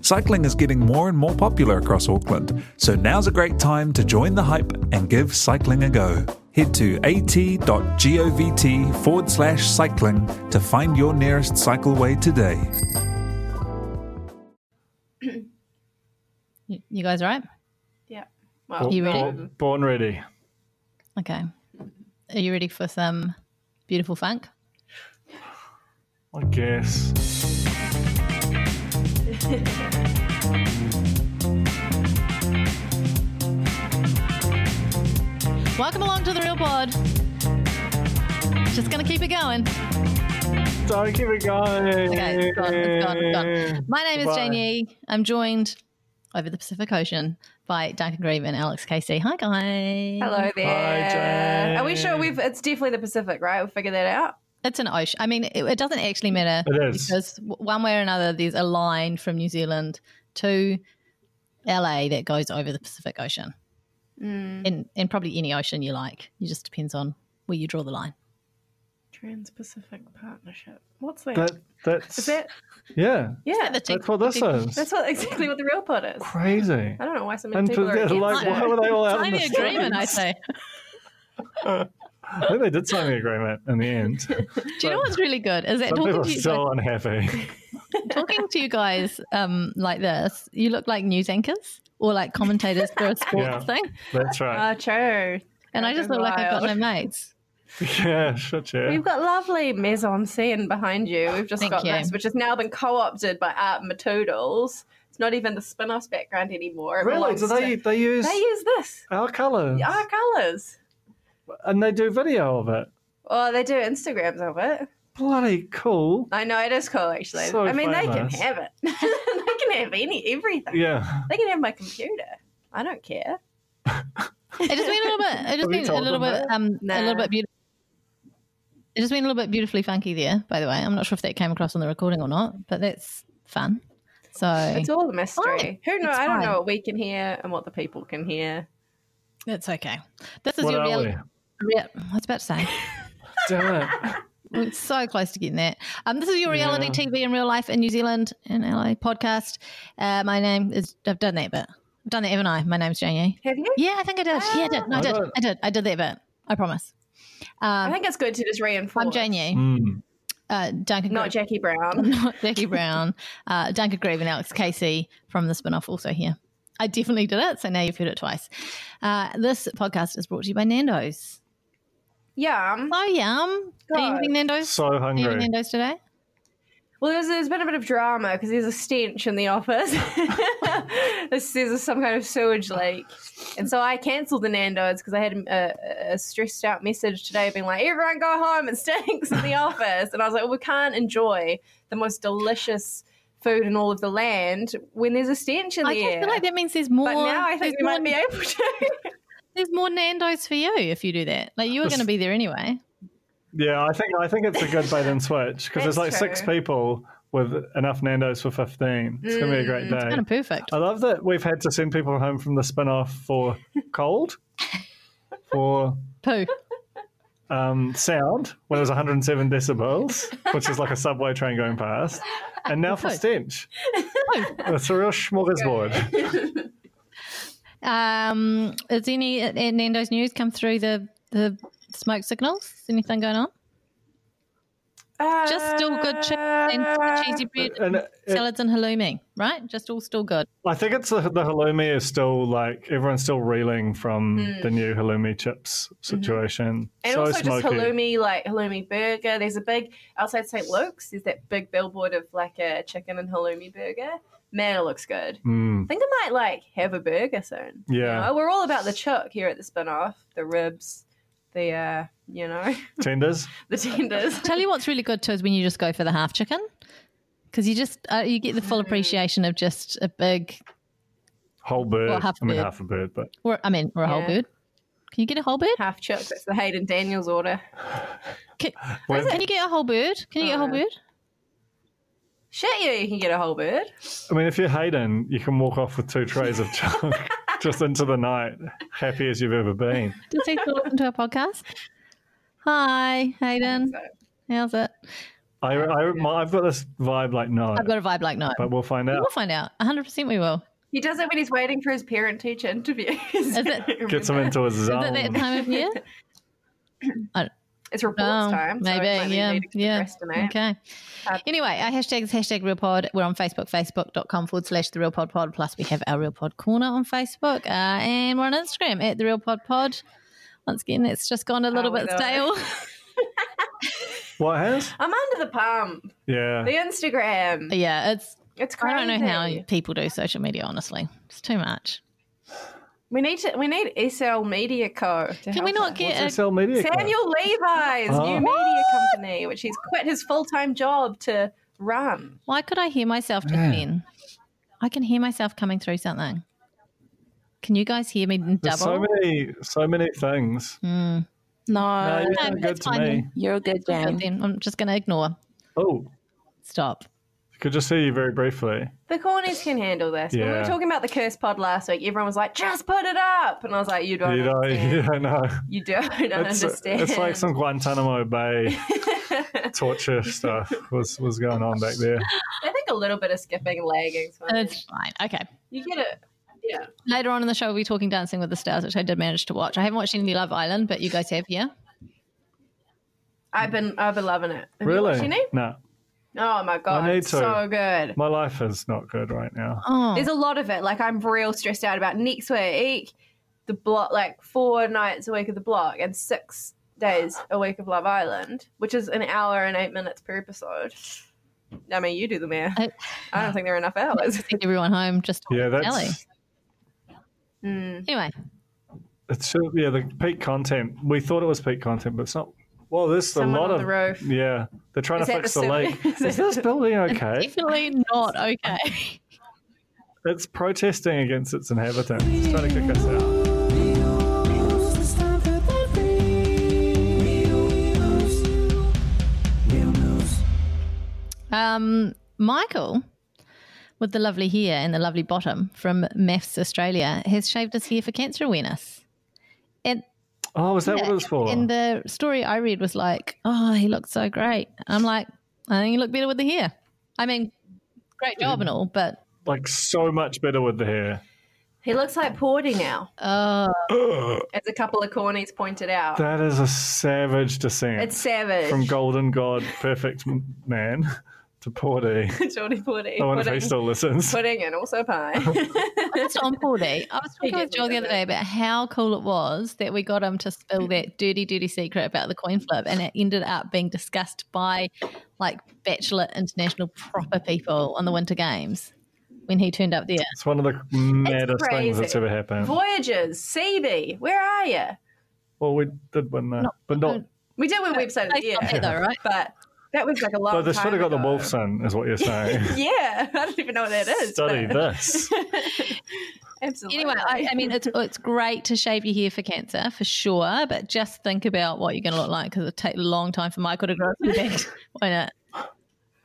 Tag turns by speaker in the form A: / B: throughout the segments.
A: Cycling is getting more and more popular across Auckland, so now's a great time to join the hype and give cycling a go. Head to at.govt forward slash cycling to find your nearest cycleway today.
B: You, you guys right?
C: Yeah. Well,
B: You ready?
C: um,
D: Born ready.
B: Okay. Are you ready for some beautiful funk?
D: I guess.
B: Welcome along to the Real Pod. Just gonna keep it going.
D: Don't keep it going.
B: Okay, it's gone, it's gone, it's gone. My name is
D: Goodbye.
B: Jane Yee. I'm joined over the Pacific Ocean by Duncan Grieve and Alex Casey. Hi guys.
C: Hello there.
D: Jane.
C: Are we sure we've? It's definitely the Pacific, right? We figured that out.
B: It's an ocean. I mean, it, it doesn't actually matter
D: It is.
B: because w- one way or another, there's a line from New Zealand to LA that goes over the Pacific Ocean,
D: Hmm.
C: Mm.
B: and and probably any ocean you like. It just depends on where you draw the line.
C: Trans-Pacific Partnership. What's that?
D: That, that's
C: Is that?
D: yeah.
C: Yeah.
B: The
D: That's what this is.
C: That's what exactly what the real pod is.
D: crazy.
C: I don't know why so many
D: And
C: people
D: for-
C: are
D: they're
C: against
D: like,
C: it.
D: why were they all out in
B: Sign
D: the
B: the agreement, I
D: streets?
B: say.
D: I think they did sign the agreement in the end.
B: Do you know what's really good? Is that
D: Some people
B: talking
D: are
B: to you,
D: still unhappy.
B: talking to you guys um, like this? You look like news anchors or like commentators for a sports
D: Yeah.
B: thing,
D: That's right.
C: Oh, true.
B: and I just
C: Fucking
B: look like I've got no
C: wild.
B: mates.
D: yeah, shit, yeah.
C: We've got lovely maison scene behind you. We've just
B: Thank
C: got
B: you.
C: this, which has now been co-opted by Art Matoodles. It's not even the spin-off's background anymore. It
D: really?
C: belongs
D: Do they,
C: to-
D: they use
C: They use this.
D: our colours?
C: Our colours.
D: And they do video of it.
C: Oh, they do Instagrams of it.
D: Bloody cool.
C: I know it is cool actually.
D: So
C: I mean, they can
D: famous.
C: have it. they can have any everything.
D: Yeah.
C: They can have my computer. I don't care.
B: It just been a little bit. It just
D: Have you
B: been a
D: told
B: little
D: them
B: bit.
D: that?
B: Um, a little
C: Nah.
B: bit beautiful. It just been a little bit beautifully funky there. By the way, I'm not sure if that came across on the recording or not, but that's fun. So
C: It's all a mystery.
B: Fine.
C: Who knows?
B: It's
C: I don't
B: fine.
C: know what we can hear and what the people can hear.
B: that's okay. This is
D: What
B: your
D: are
B: real.
D: we?
B: real- I was about to say
D: Damn it.
B: we're Mm, so close to getting that. Um, this is your reality
D: Yeah.
B: TV in real life in New Zealand and LA podcast. Uh, my name is. I've done that bit. I've done that, haven't I? My name's Jane Yee.
C: Have you?
B: Yeah, I think I did. Yeah, I did. No, I
D: I
B: did.
D: don't-
B: I did. I did that bit. I promise.
C: I
B: Um,
C: think it's good to just reinforce.
B: I'm Jane Yee.
D: Mm.
B: Uh, Duncan.
C: Not
B: Grove.
C: Jackie Brown.
B: not Jackie Brown, uh, Duncan Grieve, and Alex Casey from the spin off also here. I definitely did it, so now you've heard it twice. Uh, this podcast is brought to you by Nando's.
C: Yeah.
B: So yum. Are you
C: God.
B: eating Nando's?
D: So
B: Are you eating
D: hungry.
B: Nando's today?
C: Well, there's, there's been a bit of drama because there's a stench in the office. this is some kind of sewage leak. And so I cancelled the Nando's because I had uh, a, a stressed out message today being like, everyone go home, it stinks in the office. And I was like, we can't enjoy the most delicious food in all of the land when there's a stench in
B: I
C: the
B: just
C: air.
B: feel like that means there's more.
C: but now I
B: there's
C: think we
B: more,
C: might be able to.
B: there's more Nando's for you if you do that. Like you were
D: This-
B: going to be there anyway.
D: Yeah, I think I think it's a good bait and switch because there's
C: That's
D: like six
C: true.
D: people with enough Nando's for fifteen. It's gonna be a great
C: Mm.
D: day.
B: It's kind of perfect.
D: I love that we've had to send people home from the spin off for cold, for
B: Poo.
D: um, sound, when it was 107 decibels, which is like a subway train going past, and now for
B: Good.
D: stench. It's a real smorgasbord.
B: Um, is any uh, Nando's news come through the the smoke signals? Anything going on? Just still good chicken and cheesy bread,
D: And it- it-
E: Salads and halloumi, right? Just all still good.
D: I think it's the, the halloumi is still like everyone's still reeling from
E: Hmm.
D: the new halloumi chips
E: Mm-hmm.
D: situation.
C: And
D: so
C: also
D: smoky.
C: just halloumi, like halloumi burger. There's a big outside St. Luke's. There's that big billboard of like a chicken and halloumi burger. Man, it looks good. I
D: Mm.
C: think I might like have a burger soon. You
D: Yeah.
C: know, we're all about the chook here at the spin off, the ribs, the uh, you know,
D: Tenders.
C: the tenders.
E: Tell you what's really good too is when you just go for the half chicken, because you just uh, you get the full appreciation of just a big,
D: Whole bird.
E: Well, half a
D: I mean,
E: bird.
D: half a bird, but
E: or I mean, or a whole
C: Yeah.
E: bird. Can you get a whole bird?
C: Half chook. That's the Hayden Daniels order.
E: Can,
D: Well-
E: can you get a whole bird? Can you get a whole
C: Oh, yeah.
E: bird?
C: Shit, yeah, you can get a whole bird.
D: I mean, if you're Hayden, you can walk off with two trays of junk just into the night, happy as you've ever been.
E: Does he still listen to our podcast? Hi, Hayden.
C: So,
E: How's it?
D: I, I, my, I've got this vibe like no,
E: I've got a vibe like no.
D: but we'll find
C: uh,
D: out.
E: We'll find out. 100% we will.
C: he does it when he's waiting for his parent teacher interviews.
E: it-
D: Gets him into his
E: Is it
D: zone.
C: Um,
E: that time of year?
C: It's reports
E: Oh,
C: time. so it might
E: maybe.
C: be
E: Yeah.
C: needing to
E: Yeah.
C: procrastinate.
E: Okay.
C: Uh,
E: Anyway, our hashtag is hashtag real pod. We're on Facebook, facebook.com forward slash the real pod pod. Plus, we have our real pod corner on Facebook. Uh, and we're on Instagram at the real pod pod. Once again, it's just gone a little
C: Oh, my
E: bit
C: God.
E: stale.
D: What has?
C: I'm under the pump.
D: Yeah.
C: The Instagram.
E: yeah, it's.
C: It's crazy.
E: I don't know how people do social media, honestly. It's too much.
C: we need to. We need SL Media Co. to
E: Can
C: help
E: we not
C: us.
E: get a
D: SL Media. Club.
C: Samuel Levi's
D: Oh.
C: new media company, which he's quit his full time job to run?
E: Why could I hear myself just
D: Yeah.
E: then? I can hear myself coming through something. Can you guys hear me in double?
D: There's so many, so many things.
E: Mm.
D: No,
F: No,
D: you're
E: no,
D: doing good
E: that's
D: to
E: fine
D: me.
E: then.
F: you're good,
E: Good
F: Jane.
E: then. I'm just going to ignore.
D: Oh,
E: Stop.
D: I could just hear you very briefly.
C: The cornies can handle this. When we
D: Yeah.
C: were talking about the curse pod last week, everyone was like, "Just put it up," and I was like, "You don't,
D: You don't,
C: understand.
D: you don't know.
C: you don't
D: It's, uh,
C: understand."
D: it's like some Guantanamo Bay torture stuff was was going on back there.
C: I think a little bit of skipping and lagging. So
E: It's fine. Okay.
C: you get it. Yeah.
E: Later on in the show, we'll be talking Dancing with the Stars, which I did manage to watch. I haven't watched any Love Island, but you guys have, yeah?
C: I've been I've been loving it. Have you watched
D: Really?
C: any?
D: No,
C: Oh my god,
D: need
C: it's
D: to.
C: so good.
D: my life is not good right now.
E: Oh.
C: There's a lot of it. Like I'm real stressed out about next week, the block, like four nights a week of the block and six days a week of Love Island, which is an hour and eight minutes per episode. I mean, you do the math.
E: I-
C: I, don't think there are enough hours.
E: Send everyone home just on
D: Yeah,
E: the telly.
D: that's
C: Mm.
E: Anyway,
D: it's should yeah the peak content. We thought it was peak content, but it's not. Well, there's a
C: Someone
D: lot
C: on
D: of
C: the roof.
D: yeah. They're trying
C: Is
D: to
C: that
D: fix
C: the
D: the lake.
C: cement? Is
D: Is
C: it-
D: this building okay?
E: definitely not okay.
D: It's protesting against its inhabitants. It's trying to kick us out.
E: Um, Michael, with the lovely hair and the lovely bottom from Maths Australia, has shaved his hair for cancer awareness. And
D: Oh, was that what it was for?
E: And the story I read was like, oh, he looked so great. I'm like, I think you look better with the hair. I mean, great job and all, but
D: like so much better with the hair.
C: He looks like Porty now,
E: oh,
C: as a couple of cornies pointed out.
D: That is a savage descent
C: It's savage.
D: from Golden God, perfect m- man, to Porty.
C: Geordie Porty.
D: I wonder if he
C: Pudding,
D: still listens.
C: pudding and also pie.
E: it's on Paul D. I was talking
C: He
E: with
C: did
E: Joel the
C: look
E: other
C: Mm. at
E: day about how cool it was that we got him to spill that dirty, dirty secret about the coin flip, and it ended up being discussed by like Bachelor International proper people on the Winter Games when he turned up there.
D: It's one of the maddest things
C: crazy.
D: that's ever happened.
C: Voyagers, CB, where are you?
D: well, we did win that, but not.
C: We did win website of the
E: Based on
C: year,
E: that though, right?
C: but that was like a long
D: But they
C: time
D: should have got the
C: ago.
D: wolf son, is what you're saying.
C: Yeah, I don't even know what that is.
D: Study
C: but-
D: this.
C: Absolutely.
E: Anyway, I, I mean, it's it's great to shave your hair for cancer for sure, but just think about what you're going to look like because it'll take a long time for Michael to grow it back. Why not?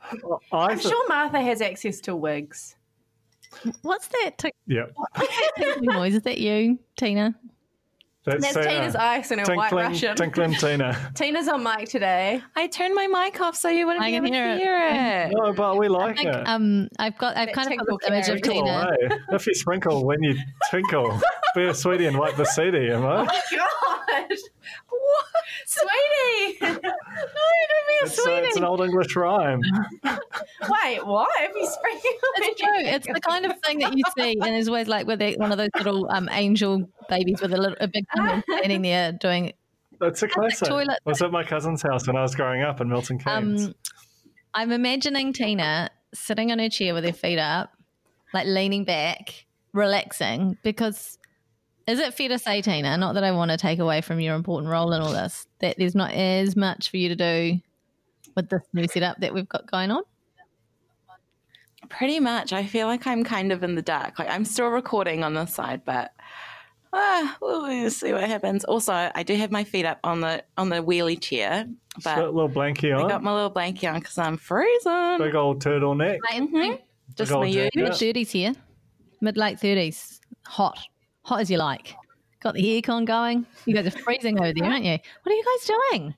D: I
C: I'm
D: th-
C: sure Martha has access to wigs.
E: What's that tick-
D: Yep.
E: tickling noise? Is that you, Tina?
D: That's,
C: That's Tina's
D: Tina.
C: ice and her white
D: Tinkling,
C: Russian.
D: tinkling Tina.
C: Tina's on mic today.
F: I turned my mic off so you wouldn't
E: I
F: be
E: can
F: able
E: hear
F: to
E: it.
F: hear it.
D: No, but we like
E: I think
D: it.
E: um, I've got I've
C: That
E: kind of got
C: tinkle
E: this image of
C: carry.
D: Tinkle
E: Tina.
D: away. If you sprinkle when you tinkle, be a sweetie and wipe the CD, am I?
C: Oh God. What? Sweetie. no, I don't are
D: It's, uh, it's an old English rhyme.
C: Wait, what? If you speak
E: It's true. It's the kind of thing that you see, and there's always like with they one of those little um, angel babies with a little a big tummy standing there doing.
D: That's a classic.
E: toilet-
D: was at my cousin's house when I was growing up in Milton Keynes.
E: Um, I'm imagining Tina sitting on her chair with her feet up, like leaning back, relaxing. Because is it fair to say, Tina? Not that I want to take away from your important role in all this, that there's not as much for you to do with this new setup that we've got going on.
G: Pretty much. I feel like I'm kind of in the dark. Like I'm still recording on this side, but ah, we'll see what happens. Also, I do have my feet up on the on the wheelie chair,
D: Just
G: but
D: got a little blankie
G: I
D: on,
G: got my little blanket on because I'm freezing.
D: big old turtleneck.
E: Right, and
G: Mhm. Just
D: old
G: my you.
D: jacket.
E: Mid 30s here, mid late 30s. Hot, hot as you like. Got the aircon going. You guys are freezing over there, aren't you? What are you guys doing?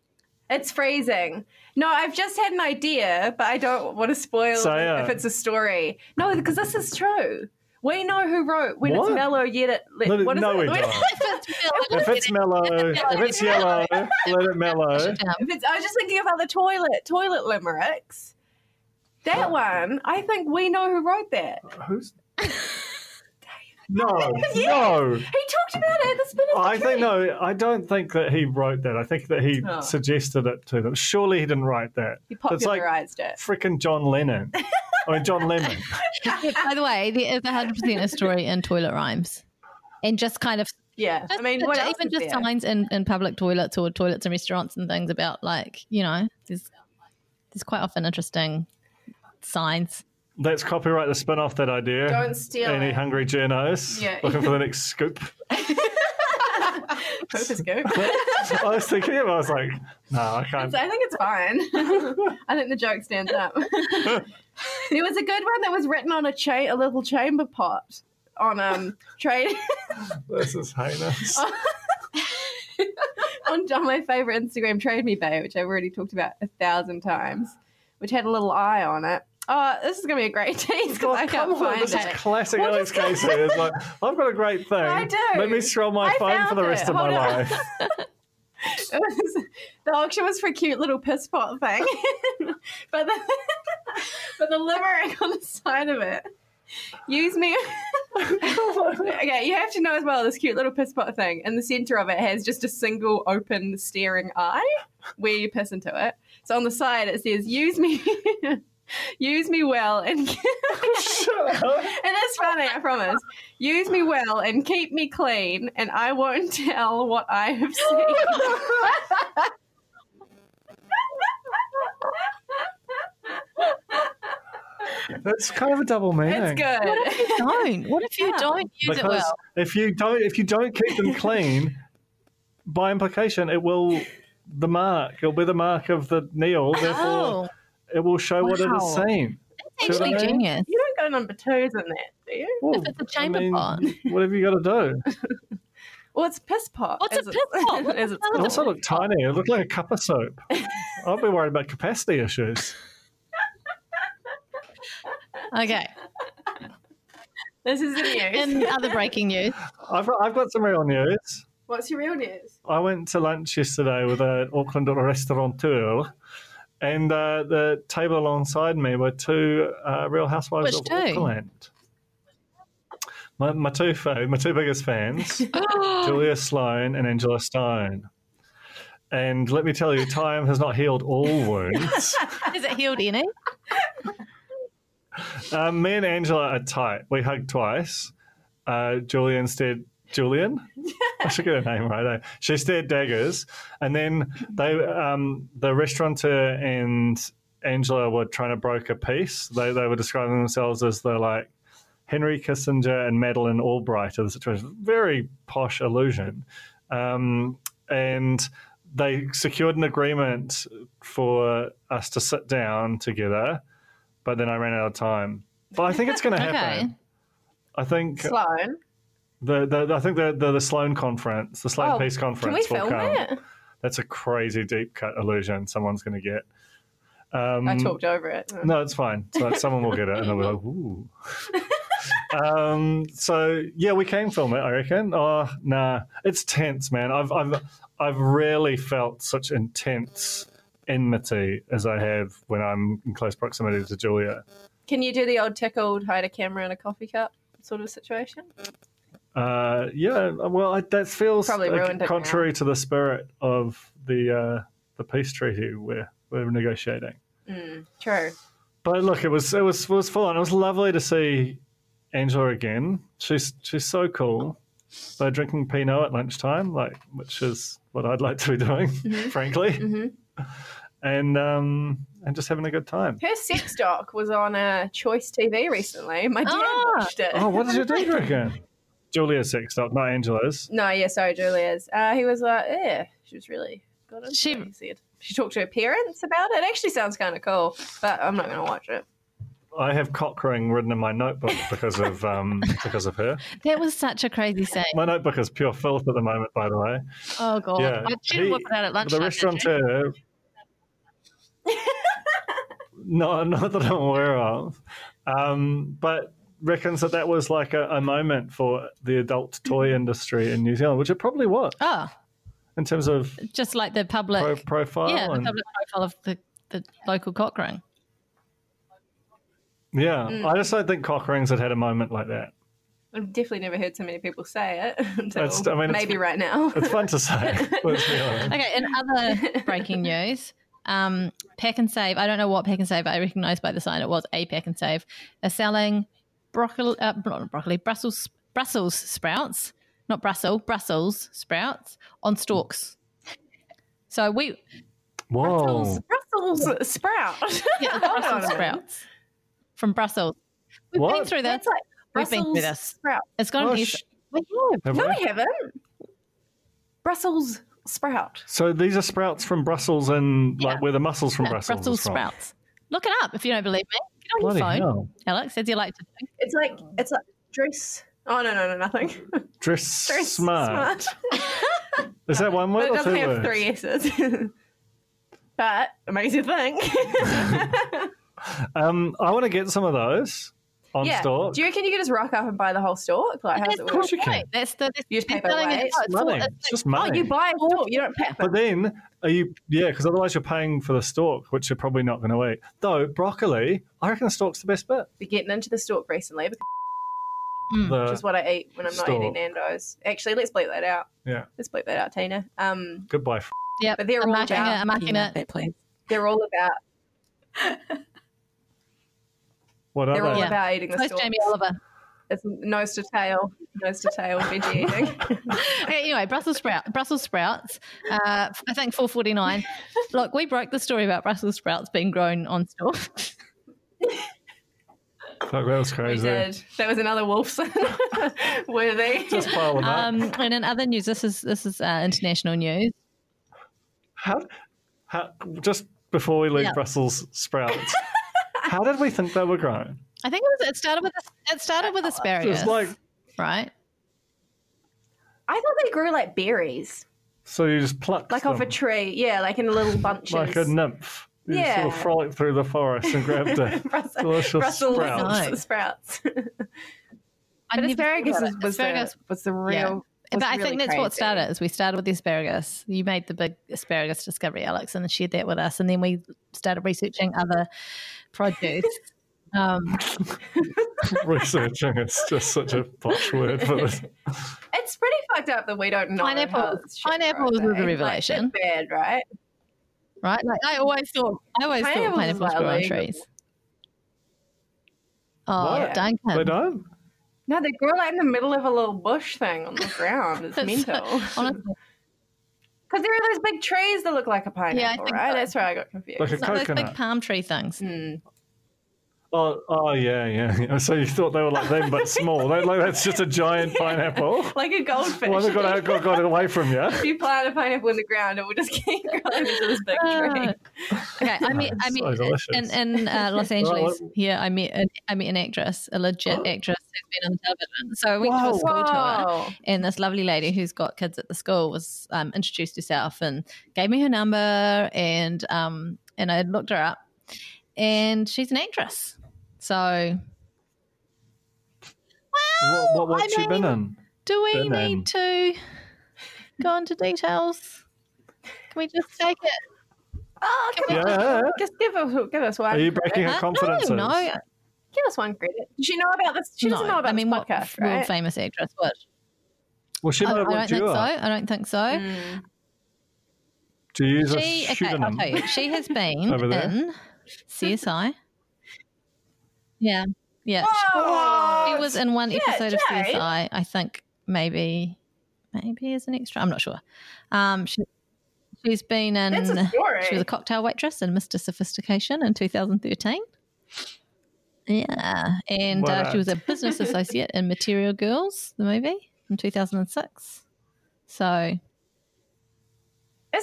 C: It's phrasing. No, I've just had an idea, but I don't want to spoil
D: Say it.
C: if it's a story. No, because this is true. We know who wrote when
D: What?
C: it's mellow yet it let,
D: No,
C: what is
D: no,
C: it?
D: we
C: When-
D: don't. If it's mellow, if it's
E: Yeah.
D: yellow, let it mellow.
C: if it's- I was just thinking about the toilet, toilet limericks. That one, I think we know who wrote that.
D: Who's? No, no.
C: He talked about it. That's been in the
D: I think
C: tree.
D: no. I don't think that he wrote that. I think that he
C: Oh.
D: suggested it to them. Surely he didn't write that.
C: He
D: It's like
C: popularized it.
D: frickin' John Lennon. I mean John Lennon.
E: By the way, there is 100% a story in toilet rhymes. And just kind of,
C: Yeah,
E: just,
C: I mean, what else
E: even
C: is
E: just
C: there?
E: signs in, in public toilets or toilets in restaurants and things about like, you know, there's, there's quite often interesting signs.
D: Let's copyright the spin-off that idea.
C: Don't steal
D: Any
C: it.
D: hungry journos
C: Yeah.
D: looking for the next scoop?
C: Poop is good.
D: I was thinking, I was like, no, I can't.
C: I think it's fine. I think the joke stands up. there was a good one that was written on a cha- a little chamber pot on um trade
D: This is heinous.
C: on, on my favorite Instagram trade me bay, which I've already talked about a thousand times, which had a little eye on it. Oh, this is gonna be a great tease because I
D: Come
C: can't
D: on,
C: find
D: this is
C: it.
D: classic
C: What
D: Alex
C: is
D: Casey. It's like, I've got a great thing.
C: I do.
D: Let me scroll my
C: I
D: phone for
C: found
D: the rest
C: it.
D: of my
C: Hold on.
D: life.
C: It was, the auction was for a cute little piss pot thing, but the but the limerick on the side of it. Use me. okay, you have to know as well this cute little piss pot thing. In the center of it has just a single open staring eye where you piss into it. So on the side it says, "Use me, use me well, and
D: Shut up.
C: it is funny, I promise. Use me well and keep me clean, and I won't tell what I have seen.
D: That's kind of a double meaning.
C: it's good.
E: Don't. What if you
C: Yeah.
E: don't use it
D: Because
E: well?
D: if you don't, if you don't keep them clean, by implication, it will the mark. It'll be the mark of the nail. Therefore,
E: Oh,
D: it will show what it has
E: Wow.
D: seen.
E: that's
D: See what I
E: actually
D: mean?
E: genius.
C: You don't go number twos in that, do you?
D: Well,
E: it's a chamber pot.
D: what have you got to do?
C: Well, it's piss pot.
E: What's a
C: as
E: piss pot? What
C: as
E: the hell
D: It
C: it's
E: is
C: called.
D: also looked tiny. It looked like a cup of soap. I'll be worried about capacity issues.
E: Okay.
C: This is the news.
E: In other breaking news,
D: I've, I've got some real news.
C: What's your real news?
D: I went to lunch yesterday with an Auckland restaurateur, and uh, the table alongside me were two uh, Real Housewives
E: Which
D: of
E: two?
D: Auckland. My, my two fa- my two biggest fans, Julia Sloan and Angela Stone. And let me tell you, time has not healed all wounds.
E: is it healed any?
D: Um, me and Angela are tight. We hugged twice. Uh, Julian stared. Julian, I should get her name right. Eh? She stared daggers, and then they, um, the restaurateur and Angela were trying to broker peace. They they were describing themselves as the like Henry Kissinger and Madeline Albright of the situation. Very posh illusion, um, and they secured an agreement for us to sit down together but then I ran out of time. But I think it's going to
E: Okay.
D: happen. I think
C: Sloan.
D: the, the I think the, the the Sloan conference, the Sloan
C: Oh,
D: Peace
C: Can
D: conference
C: we
D: will
C: film
D: come.
C: that?
D: That's a crazy deep cut illusion someone's going to get. Um,
C: I talked over it.
D: No, it's fine. So that someone will get it, and they'll be like, "Ooh." um, so yeah, we can film it. I reckon. Oh nah, it's tense, man. I've I've I've rarely felt such intense enmity as I have when I'm in close proximity to Julia.
C: Can you do the old tickled hide a camera in a coffee cup sort of situation?
D: Uh, yeah, well, I, that feels
C: Probably
D: like
C: ruined it
D: contrary to the spirit of the uh, the peace treaty we're we're negotiating.
C: True.
D: But look, it was it was it was full on. It was lovely to see Angela again. She's she's so cool. They're drinking Pinot at lunchtime, like which is what I'd like to be doing,
C: Mm-hmm.
D: frankly. And um, and just having a good time.
C: Her sex doc was on uh, Choice TV recently. My dad
E: Ah.
C: watched it.
D: Oh, what did you do, do you reckon? Julia's sex stop, not Angela's.
C: No, yeah, sorry, Julia's. Uh, he was like, yeah, she was really good. Into
E: She-
C: it, he said. She talked to her parents about it. It actually sounds kind of cool, but I'm not going to watch it.
D: I have cockring written in my notebook because of um, because of her.
E: That was such a crazy scene.
D: My notebook is pure filth at the moment, by the way.
E: Oh god,
D: Yeah,
E: I didn't
D: he-
E: whip it out at lunch.
D: the restaurateur. no, not that I'm aware of. Um, but reckons that that was like a, a moment for the adult toy
E: Mm-hmm.
D: industry in New Zealand, which it probably was
E: Oh,
D: in terms of
E: just like the public,
D: pro- profile.
E: yeah, the
D: and,
E: public profile of the, the local cock ring.
D: yeah.
E: mm.
D: I just don't think cock rings had had a moment like that.
C: I've definitely never heard so many people say it until
D: That's- I mean, it's-
C: maybe right now.
D: It's fun to say. let's be honest.
E: Okay, in other breaking news, um, Pack and Save. I don't know what Pack and Save, but I recognise by the sign it was a Pack and Save. Are selling broccoli, uh, not broccoli, Brussels Brussels sprouts, not Brussels, Brussels sprouts on stalks. So we
D: Whoa. Oh.
C: Brussels, Brussels uh, sprout.
E: yeah,
C: Hold on a
E: Brussels
C: minute.
E: sprouts from Brussels. We've been
D: What?
E: through this.
C: That's like
E: We've been through
C: Brussels
E: this.
C: sprout.
E: It's got an
D: Oh,
E: S.
D: sh-
E: We have.
D: Have
C: No,
D: we?
C: we haven't. Brussels sprout.
D: So these are sprouts from Brussels and like
E: Yeah.
D: where the mussels from
E: Yeah,
D: Brussels.
E: Brussels
D: is from.
E: sprouts. Look it up if you don't believe me. Get on
D: Bloody
E: your phone,
D: hell.
E: Alex, as you like to do.
C: It's like
E: Oh.
C: it's like dress. Oh no no no nothing.
D: Dress,
C: Dress
D: smart. Is that one
C: But
D: word or
C: it
D: two
C: doesn't have
D: words?
C: three s's. but it makes you think.
D: Um, I want to get some of those on
C: yeah.
D: store.
C: Do you reckon you could just rock up and buy the whole stalk? Like how's
E: That's
C: it
E: the
C: work?
D: course you can.
E: point. That's the that's
C: Use
E: they're
C: paper
E: selling it-
C: weights.
E: oh, it's all-
D: money.
E: it's
D: It's just
C: Oh,
D: money.
C: you buy a stalk. You don't pack
D: but
C: them.
D: then are you? Yeah, because otherwise you're paying for the stalk, which you're probably not going to eat. Though broccoli, I reckon the stalk's the best bit.
C: We're getting into the stalk recently, because
D: The-
C: Hmm. which is what I eat when I'm not
D: stalk.
C: eating Nando's. Actually, let's bleep that out.
D: Yeah.
C: Let's bleep that out, Tina. Um,
D: goodbye. f-
E: Yeah,
C: But they're
E: I'm
C: all
E: marking it.
C: about
E: I'm marking
G: Yeah,
E: it.
G: that place.
C: they're all about
D: What
C: they're
D: are
C: all
D: they?
E: Yeah.
C: about eating the
E: Close
C: stalk.
E: Jamie Oliver.
C: It's nose to tail, nose to tail veggie eating.
E: Okay, anyway, Brussels sprout, Brussels sprouts. Uh, I think 449. Look, we broke the story about Brussels sprouts being grown on store.
D: Fuck, that was
C: we
D: crazy.
C: did. That was another Wolfson worthy.
D: Just pile them up.
E: Um, and in other news, this is this is uh, international news.
D: How, how, just before we leave
E: Yeah.
D: Brussels sprouts, how did we think they were grown?
E: I think it was it started with a- it started with asparagus,
D: It's like
E: right?
C: I thought they grew like berries,
D: so you just pluck
C: like
D: them,
C: off a tree. Yeah, like in little bunches.
D: like a nymph. You
C: Yeah.
D: sort of frolic through the forest and grabbed a
C: Brussels,
D: delicious
C: Brussels
D: sprout.
E: No.
C: sprouts.
E: I
C: But
E: never thought
C: asparagus
E: about
C: is,
E: it.
C: was, The, was the real.
E: yeah.
C: was
E: but I
C: really
E: think that's what
C: crazy.
E: started. it, Is we started with the asparagus. You made the big asparagus discovery, Alex, and shared that with us, and then we started researching other produce. um,
D: researching. It's just such a posh word for this.
C: It's pretty fucked up that we don't know. how
E: Pineapples-
C: this shit
E: pineapples
C: grows,
E: was a
C: eh? Like,
E: revelation.
C: that's bad, right?
E: right? Like I always thought, I always thought
C: Pineapples
E: pineapples
C: are
E: grew on
C: illegal.
E: trees. Oh,
D: What? They
E: Duncan!
D: don't.
C: No, they grow like in the middle of a little bush thing on the ground. It's
E: That's so-
C: mental. Because
E: Honestly,
C: there are those big trees that look like a pineapple,
E: think
C: right?
E: so.
C: That's where I got confused.
D: Like a
E: it's like those big
D: coconut.
E: palm tree things.
C: Mm.
D: Oh, oh yeah, yeah, yeah. So you thought they were like them, but small. They, like that's just a giant pineapple.
C: Like a goldfish.
D: Well, they got, got got away from you.
C: if you plant a pineapple in the ground, it will just keep growing into this big tree.
E: Ah. Okay, I mean, I
D: so
E: mean,
D: delicious.
E: in, in uh, Los Angeles, here I met an, I met an actress, a legit actress who's been on television. So I went to a
D: Oh. Whoa.
E: school tour,
C: Whoa.
E: and this lovely lady who's got kids at the school was um, introduced herself and gave me her number, and um, and I looked her up, and she's an actress. So
D: What, what, what's
E: I
D: she been
E: mean-
D: in?
E: do we
D: Don't know.
E: need to go into details? Can we just take it?
C: Oh, come on.
D: Yeah.
C: Just give us, give us one.
D: Are you breaking
E: Uh,
D: her confidences?
E: No, no,
C: Give us one credit. Does she know about this? She doesn't
E: no.
C: know about
E: I mean,
C: this
E: what
C: podcast,
E: world
C: right?
E: famous actress would?
D: Well, she
E: I, Oh,
D: might
E: I
D: have
E: don't
D: looked
E: think
D: you
E: so.
D: up.
E: I don't think so.
C: Mm.
D: Do you use
E: She,
D: a
E: okay, I'll
D: pseudonym?
E: tell you. She has been
D: Over there.
E: in CSI. Yeah, yeah.
C: Whoa!
E: She was in one
C: shit,
E: episode of
C: Jade.
E: CSI. I think maybe, maybe as an extra. I'm not sure. Um, she, she's been in.
C: That's a story.
E: She was a cocktail waitress in Mr. Sophistication in 2013. Yeah. And
D: Well,
E: uh, she
D: uh,
E: was a business associate in Material Girls, the movie, in 2006. So,
C: Is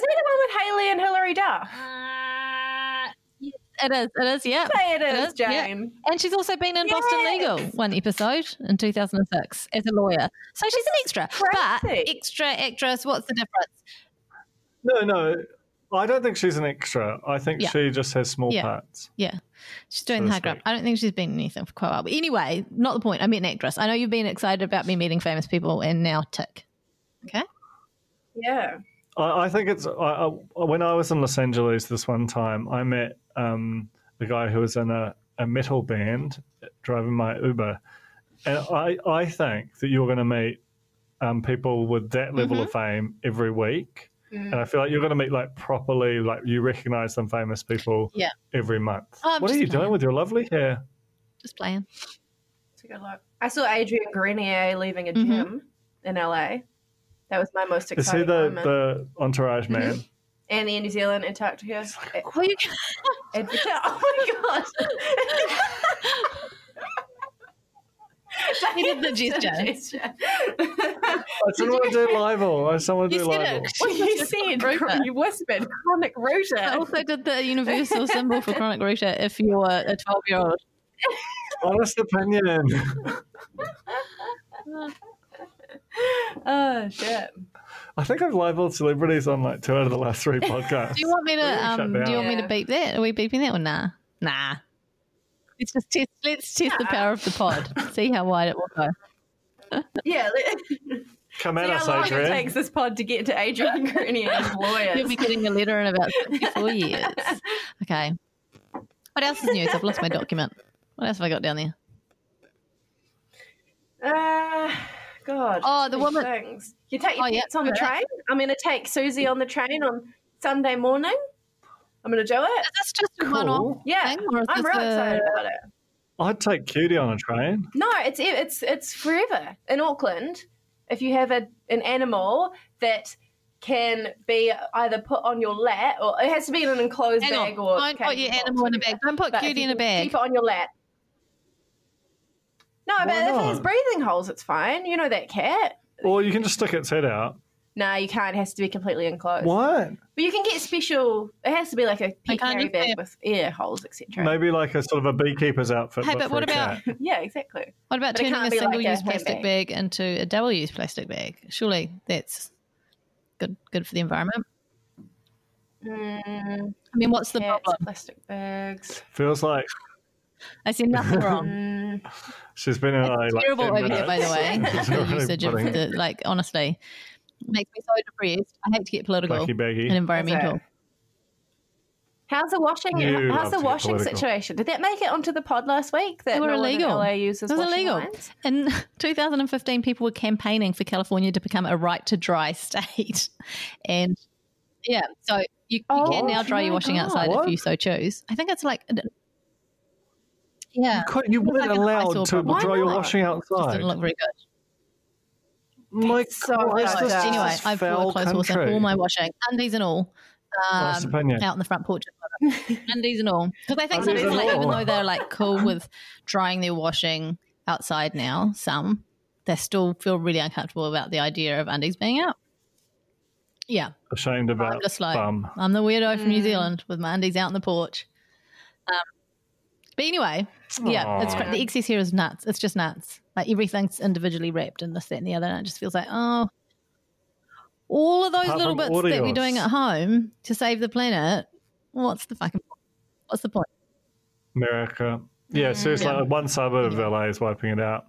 C: that the one with Haley and Hilary Duff?
E: Ah. it is, it is, yeah.
C: Say it
E: It
C: is,
E: is, yeah.
C: Jane.
E: And she's also been in Boston
C: Yes.
E: Legal one episode in 2006 as a lawyer. So she's an extra.
C: crazy.
E: But extra actress, what's the difference?
D: No, no. I don't think she's an extra. I think
E: Yeah.
D: she just has small
E: Yeah.
D: parts.
E: Yeah. She's doing
D: So
E: the
D: to
E: high ground.
D: speak.
E: I don't think she's been in anything for quite a while. But anyway, not the point. I meant an actress. I know you've been excited about me meeting famous people and now tick. Okay.
C: Yeah.
D: I, I think it's I, I, when I was in Los Angeles this one time, I met um, a guy who was in a, a metal band driving my Uber, and I I think that you're going to meet um, people with that level of
E: Mm-hmm.
D: fame every week,
E: Mm.
D: and I feel like you're going to meet like properly like you recognize some famous people
E: Yeah.
D: every month.
E: Oh, I'm
D: what are
E: just
D: you doing
E: playing.
D: with your lovely hair?
E: Just playing.
C: It's a good look. I saw Adrian Grenier leaving a
E: Mhm.
C: gym in LA. That was my most
D: Is he
C: exciting
D: the
C: moment.
D: the entourage
E: Mm-hmm.
D: man?
C: and the New Zealand Antarctica.
E: Oh, you can-
C: Ad- oh my god!
E: He did the gesture.
D: I didn't want to do libel. I just want to
E: You
D: do
E: said it.
D: libel.
C: Well, you said
E: Rupert.
C: you whispered chronic
E: I
C: Rosa.
E: also did the universal symbol for chronic rosacea if you're a 12 year old.
D: Honest opinion.
C: Oh shit!
D: I think I've libeled celebrities on like two out of the last three podcasts.
E: Do you want me
D: Really
E: to
D: shut
E: um, do you want me
C: down.
E: to beep that? Are we beeping that or nah? Nah. Let's just test let's test the
C: Nah.
E: power of the pod. See how wide it will go.
C: Yeah. let-
D: Come at
C: See
D: us,
C: how long it
D: Adrian.
C: takes this pod to get to Adrian Grenier's lawyers.
E: You'll be getting a letter in about four years. Okay. What else is news? I've lost my document. What else have I got down there?
C: Uh, God.
E: Oh, the
C: these
E: woman-
C: Things. You take your
E: Oh, yeah,
C: pets on the
E: do
C: train. I'm going to take Susie on the train on Sunday morning. I'm going to do it.
E: Is this just a one off?
D: Cool.
C: Yeah,
E: Thing, or is
C: I'm
E: this
C: real excited
E: a-
C: about it.
D: I'd take Cutie on a train.
C: No, it's it's it's forever in Auckland. If you have a, an animal that can be either put on your lap or it has to be in an enclosed
E: Hang
C: bag
E: on.
C: or
E: Don't put your
C: cage box,
E: animal in a
C: whatever.
E: bag. Don't put
C: But if
E: cutie
C: you
E: in a
C: can
E: bag.
C: Keep it on your lap. No,
D: Why
C: but if it has
D: not?
C: breathing holes, it's fine. You know that cat.
D: Or you can just stick its head out.
C: No, you can't. It has to be completely enclosed.
D: What?
C: But you can get special. It has to be like a pet
E: Like
C: carry bag
E: underwear.
C: with ear holes, etc.
D: Maybe like a sort of a beekeeper's outfit.
E: Hey,
D: but,
E: but
D: for
E: what
D: a
E: about-
D: cat.
C: Yeah, exactly.
E: What about
C: But it
E: turning
C: can't
E: a
C: be like a
E: single use plastic
C: handbag.
E: bag into a double use plastic bag? Surely that's good good for the environment.
C: Mm,
E: I mean, what's the
C: cats,
E: problem?
C: plastic bags.
D: Feels like
E: I see nothing wrong.
C: Mm.
D: she's been in LA like
E: Terrible
D: 10
E: over here, by the way.
D: minutes.
E: the
D: Really
E: usage
D: putting
E: of the, like, honestly, makes me so depressed. I hate to get political
D: Lucky baggy.
E: and environmental.
C: Is it? How's the washing?
D: You love
C: how's the
D: to get
C: washing
D: political.
C: situation? Did that make it onto the pod last week? That
E: They were
C: no one in
E: illegal.
C: LA uses
E: It was
C: washing
E: illegal.
C: lines?
E: In 2015, people were campaigning for California to become a right to dry state. And yeah, so you, you
C: Oh
E: can now dry your
D: my
E: washing
D: God,
E: outside
D: what?
E: if you so choose. I think it's like, yeah,
D: You couldn't- You
E: Looks
D: weren't
E: like an
D: allowed
E: eyesore
D: to
E: problem.
C: Why
D: dry your
C: not?
D: washing
E: it just
D: outside.
E: didn't look very good.
D: My
C: That's so
D: God,
C: fucked
D: this
C: up.
D: is
E: anyway,
D: just
E: I've bought
D: foul
E: a clothes horse and
D: country.
E: all my washing, undies and all,
D: Nice
E: um,
D: opinion.
E: out on the front porch. undies and all, because I think some
D: Undies
E: people,
D: and
E: like, even
D: all.
E: though they're like cool with drying their washing outside now, some they still feel really uncomfortable about the idea of undies being out. Yeah,
D: Ashamed
E: I'm
D: about
E: just like
D: bum.
E: I'm the weirdo from New
C: Mm.
E: Zealand with my undies out on the porch. Um, but anyway, yeah, it's cra-
D: Aw.
E: the excess here is nuts. It's just nuts. Like everything's individually wrapped in this, that, and the other, and it just feels like oh, all of those
D: Apart
E: little
D: from
E: bits that we're doing
D: audios.
E: at home to save the planet. What's the fucking what's the point?
D: America. Yeah, seriously,
E: Mm. Yeah.
D: like one suburb of LA is wiping it out.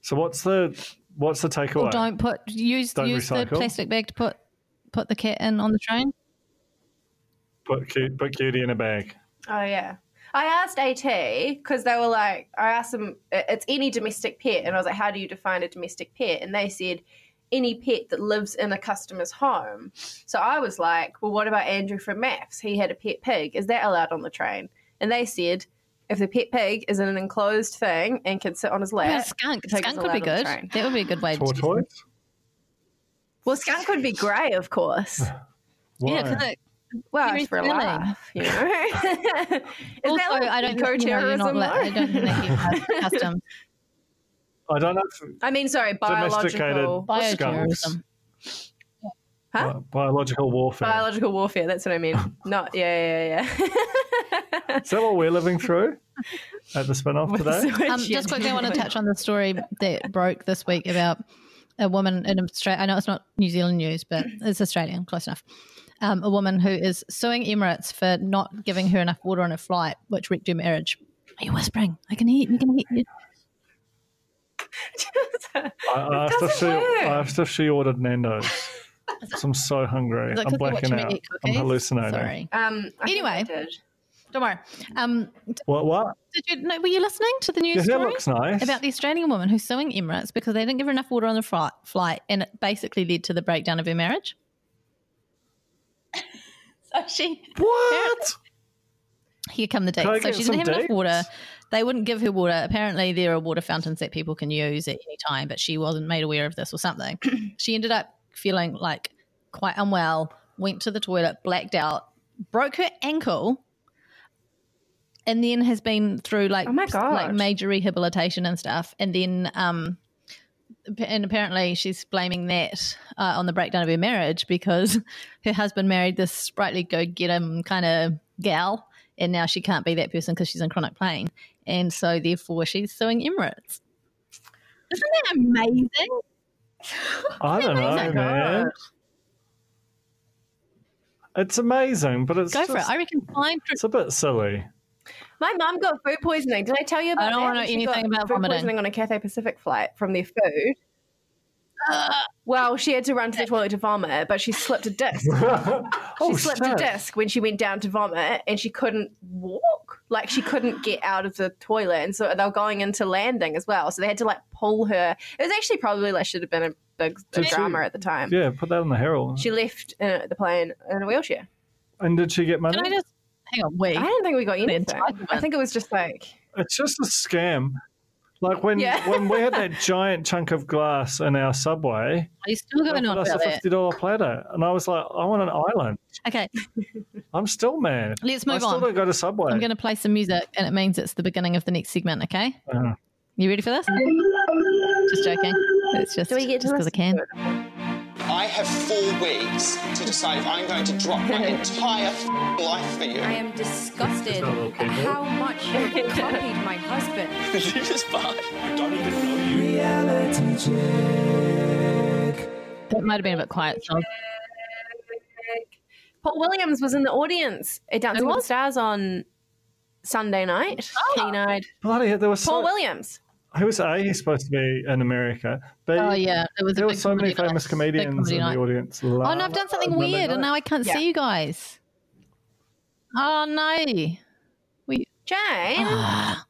D: So what's the what's the takeaway?
E: Or don't put use
D: Don't
E: use
D: recycle.
E: the plastic bag to put put the cat in on the train.
D: Put, cu- put cutie in a bag.
C: Oh yeah. I asked AT because they were like, I asked them, "I- it's any domestic pet, and I was like, how do you define a domestic pet? And they said, any pet that lives in a customer's home. So I was like, well, what about Andrew from Maths? He had a pet pig. Is that allowed on the train? And they said, if the pet pig is in an enclosed thing and can sit on his
E: Yeah,
C: lap,
E: skunk.
C: Take us
E: Skunk would be
C: allowed on the
E: good.
C: train.
E: That would be a good way to.
D: Tortoise?
C: well, skunk would be grey, of course.
D: Why?
E: Yeah, 'cause it-
C: Well,
E: Very
C: it's for a
E: thrilling.
C: laugh, you know. is
E: also,
C: that like
E: I don't think, you know, you're not
C: eco-terrorism,
E: let- I
C: though?
E: don't think that you have custom
D: I don't know. If,
C: I mean, sorry,
D: Domesticated
C: biological,
E: bioterrorism.
C: Huh?
D: bi- biological warfare.
C: biological warfare. That's what I mean. Not yeah, yeah, yeah.
D: Is that what we're living through at the spin off today?
C: So
E: Um,
C: she-
E: just quickly, I want to touch on the story that broke this week about a woman in Australia. I know it's not New Zealand news, but it's Australian, close enough. Um, a woman who is suing Emirates for not giving her enough water on her flight, which wrecked her marriage. Are you whispering? I can hear. You can hear. You.
D: I, I, asked if she,
C: doesn't work.
D: I asked if she ordered Nando's. 'Cause I'm so hungry.
E: Is it
D: I'm
E: 'cause you're
D: blacking
E: watching me
D: out.
E: eat
D: I'm
E: cookies?
D: hallucinating.
E: Sorry.
C: Um, I think
E: Anyway.
C: I did.
E: Don't worry. Um,
D: What? What?
E: did you? No, were you listening to the news
D: Yeah, that
E: story?
D: looks nice.
E: about the Australian woman who's suing Emirates because they didn't give her enough water on the fri- flight, and it basically led to the breakdown of her marriage. so she
D: what?
E: here come the dates.
D: Can I
E: So
D: get
E: she didn't
D: some
E: have enough
D: dates?
E: water. They wouldn't give her water. Apparently, there are water fountains that people can use at any time, but she wasn't made aware of this or something. she ended up feeling like quite unwell. Went to the toilet, blacked out, broke her ankle. And then has been through like
C: Oh my
E: s- like
C: God.
E: major rehabilitation and stuff, and then um, and apparently she's blaming that uh, on the breakdown of her marriage because her husband married this sprightly go get 'em kind of gal, and now she can't be that person because she's in chronic pain, and so therefore she's suing Emirates. Isn't that amazing?
D: I don't
E: Amazing.
D: know, man. It's amazing, but it's
E: Go for it.
D: just-
E: I reckon fine. for-
D: it's a bit silly.
C: My mum got food poisoning. Did I tell you about
E: I don't
C: that?
E: wanna know
C: She got
E: anything about
C: food
E: vomiting.
C: poisoning on a Cathay Pacific flight from their food.
E: Uh.
C: well, she had to run to the toilet to vomit, but she slipped a disc.
D: oh,
C: she slipped a
D: shit.
C: disc when she went down to vomit and she couldn't walk. Like she couldn't get out of the toilet. And so they were going into landing as well. So they had to like pull her. It was actually probably like should have been a big
D: Did she-
C: drama at the time.
D: Yeah, put that on the Herald.
C: She left uh, the plane in a wheelchair.
D: and did she get money?
E: Can I just hang on? Wait.
C: I don't think we got anything.
E: entitlement.
C: I think it was just like
D: It's just a scam. Like when
C: Yeah.
D: when we had that giant chunk of glass in our subway,
E: Are you still
D: they
E: going on
D: offered us a
E: about that?
D: fifty dollar platter, and I was like, I want an island.
E: Okay,
D: I'm still mad.
E: let's
D: I
E: move
D: still
E: on.
D: don't go to Subway.
E: I'm going to play some music, and it means it's the beginning of the next segment. Okay,
D: Uh-huh.
E: you ready for this? Just joking. It's just
C: Do we get to
E: just because I
C: listen
E: can.
H: I have four weeks to decide if I'm going to drop my entire f***ing life for you.
I: I am disgusted
D: not okay,
I: at
D: though.
I: how much you copied my husband.
H: you just buy. I don't even know you.
E: That might have been a bit quiet. So
C: Paul Williams was in the audience at Dancing
E: Who
C: with the
E: was? Oh,
C: Stars on Sunday night. Keen-eyed.
D: Bloody hell, there was
C: Paul
D: so,
C: Williams.
D: who was a he's supposed to be in America, but
E: oh yeah, it was. a
D: there were
E: big
D: so many
E: comedy night.
D: famous
E: Big
D: comedians
E: comedy
D: in
E: night.
D: the audience.
E: Oh no, I've done something weird, and now I can't
C: Yeah.
E: see you guys. Oh no.
C: Jane.
E: Ah.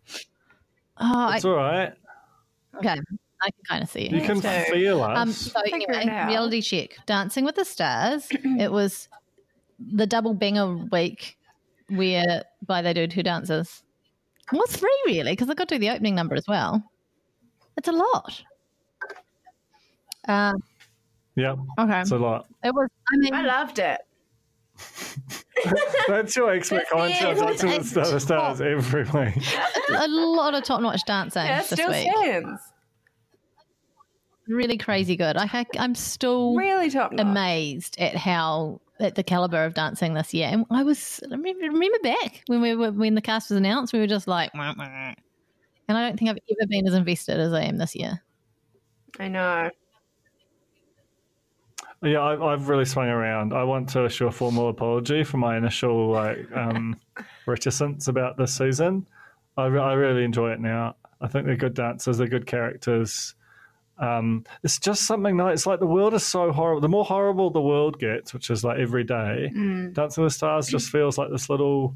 E: Oh, I,
D: it's all right.
E: okay. I can kind of see
D: You
E: you.
D: can
C: so-
D: feel
E: Um,
D: us.
E: so
C: Figure it
E: anyway,
C: out.
E: reality check. Dancing with the Stars. it was the double banger week where by they do two dances. Well, three really, because I got to do the opening number as well. It's a lot. Um,
D: yeah,
E: okay.
D: it's a lot.
E: it was. I mean,
C: I loved it.
D: That's your expert commentary on
E: it was
D: Dancing with the
E: a-
D: Stars every week.
E: a lot of top-notch dancing
C: Yeah, it
E: this
C: still
E: week.
C: stands.
E: Really crazy good. Like I, I'm still
C: Really top notch.
E: amazed at how at the caliber of dancing this year. And I was I remember, remember back when we were when the cast was announced, we were just like, "Wah, wah." and I don't think I've ever been as invested as I am this year.
C: I know.
D: Yeah, I've, I've really swung around. I want to issue a formal apology for my initial like um, reticence about this season. I, re- I really enjoy it now. I think they're good dancers, they're good characters. Um, it's just something that it's like the world is so horrible. The more horrible the world gets, which is like every day,
C: Mm,
D: Dancing with the Stars just feels like this little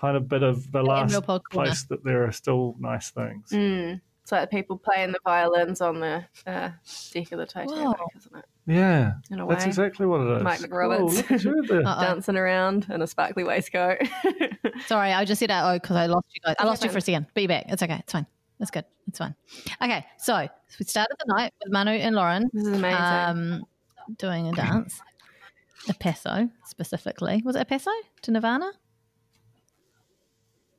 D: kind of bit of the last
E: Emerald Paul corner. Mm.
D: place that there are still nice things.
C: mm. It's like the people playing the violins on the uh, deck of the Titanic,
E: Wow.
C: isn't it?
D: Yeah,
C: In a
D: that's
C: way.
D: exactly what it is.
C: Mike McRoberts.
D: Oh, look at you there.
E: Uh-oh.
C: Dancing around in a sparkly waistcoat.
E: Sorry, I just said oh because I lost you guys. I
C: Okay,
E: lost you
C: fine.
E: for a second. Be back. It's okay. It's fine. That's good. It's fine. Okay, so we started the night with Manu and Lauren
C: this is amazing.
E: um, doing a dance, a peso specifically. Was it a peso to Nirvana?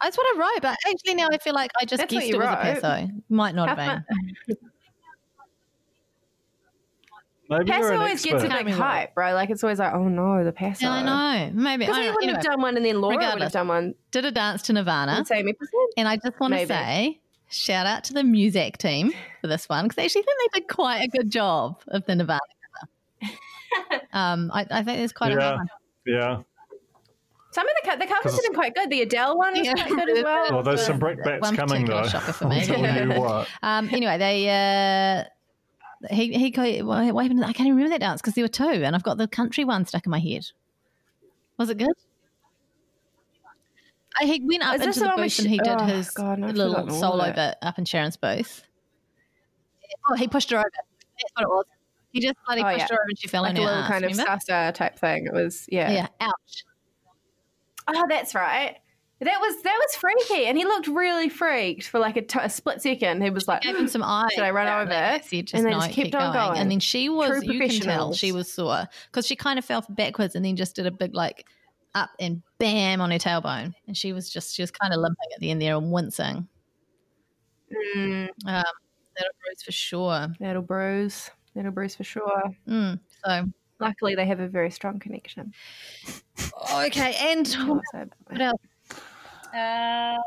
E: That's what I wrote, but actually now I feel like I just
C: That's what
E: guessed
C: you
E: it was a
C: wrote.
E: peso. Might not have
C: How
E: been.
D: Maybe
C: Pass
D: you're an
C: always gets a
D: expert.
C: big hype, bro. Like it's always like, oh no, the pass.
E: Yeah, I know. Maybe.
C: Because
E: I
C: he
E: don't
C: wouldn't
E: know.
C: have
E: Anyway,
C: done one, and then Laura would have
E: Regardless.
C: done one.
E: did a dance to Nirvana.
C: It's Amy percent.
E: And I just want to
C: Maybe.
E: say, shout out to the music team for this one because I actually think they did quite a good job of the Nirvana cover. um, I, I think there's quite a
D: Yeah.
E: hard one.
D: Yeah.
C: Some of the co- the covers
D: Because-
C: have been quite good. The Adele one is
E: Yeah.
C: quite good as well.
D: Well, Oh, there's some
E: One
D: brickbats coming
E: particular
D: though.
E: shocker for me.
D: I'll tell you what.
E: Um, anyway, they uh, he he co- what what happened? to that? I can't even remember that dance because there were two, and I've got the country one stuck in my head. Was it good? Uh, He went up
C: Is this
E: into
C: the
E: the
C: one with
E: booth and he
C: Sh-
E: did
C: oh,
E: his
C: God, I've
E: little
C: forgotten all
E: solo
C: of it.
E: bit up in Sharon's booth. Oh, he pushed her over. That's what it was. He just bloody
C: Oh,
E: pushed
C: yeah.
E: her over and she fell
C: like
E: on
C: a
E: her
C: little
E: ass,
C: kind of
E: remember?
C: star type thing. It was yeah.
E: Yeah, ouch.
C: Oh, that's right. That was that was freaky, and he looked really freaked for like a t- a split second. He was like,
E: Gave him some eyes.
C: Should I run
E: apparently,
C: over?
E: and Said, just,
C: And they
E: no,
C: just
E: keep,
C: kept on
E: going.
C: going.
E: And then she was,
C: True
E: you can tell, she
C: professionals.
E: was sore because she kind of fell backwards and then just did a big like up and bam on her tailbone. And she was just, she was kind of limping at the end there and wincing.
C: mm,
E: Um, that'll bruise for sure.
C: "That'll bruise, that'll bruise for sure."
E: Mm, so,
C: Luckily, they have a very strong connection.
E: okay. And
C: Oh, so-
E: what else? Uh,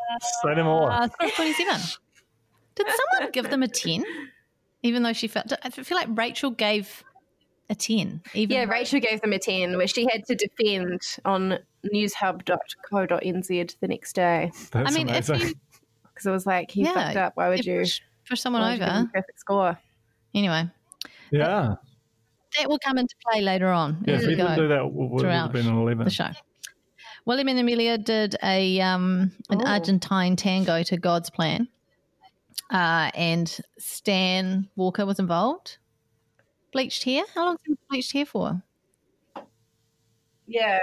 D: Say no more.
E: Uh, 27. Did someone give them a 10? Even though she felt, I feel like Rachel gave a 10. Even
C: Yeah,
E: though-
C: Rachel gave them a 10, where she had to defend on newshub.co.nz the next day.
D: That's
E: I mean, if
D: amazing.
E: you
C: Because it was like, he
E: Yeah,
C: fucked up. Why would
E: yeah,
C: you?
E: push- push someone
C: why would you give him
E: over.
C: a perfect score.
E: Anyway,
D: yeah.
E: that will come into play later on
D: Yeah,
E: as
D: if
E: we
D: we didn't do
E: go
D: that, it would
E: throughout
D: have been an 11.
E: the show. William and Amelia did a um, an
C: Oh.
E: Argentine tango to God's Plan, uh, and Stan Walker was involved. Bleached hair. How long has bleached hair for?
C: Yeah.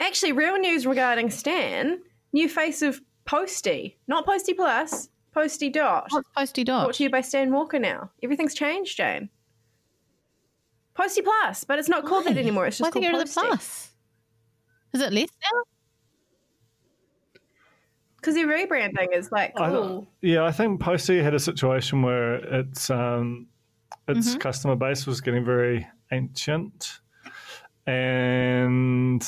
C: Actually, real news regarding Stan new face of Posty, not Posty Plus, Posty Dot.
E: What's Posty
C: Brought
E: Dog?
C: to you by Stan Walker now. Everything's changed, Jane. Posty Plus, but it's not called that
E: Why?
C: anymore. It's
E: Why
C: just
E: think
C: called
E: you're the
C: Posty.
E: plus? Is it less now?
C: Because their rebranding is like
D: I don't-
C: cool.
D: Yeah, I think Posty had a situation where its um, its
E: Mhm.
D: customer base was getting very ancient, and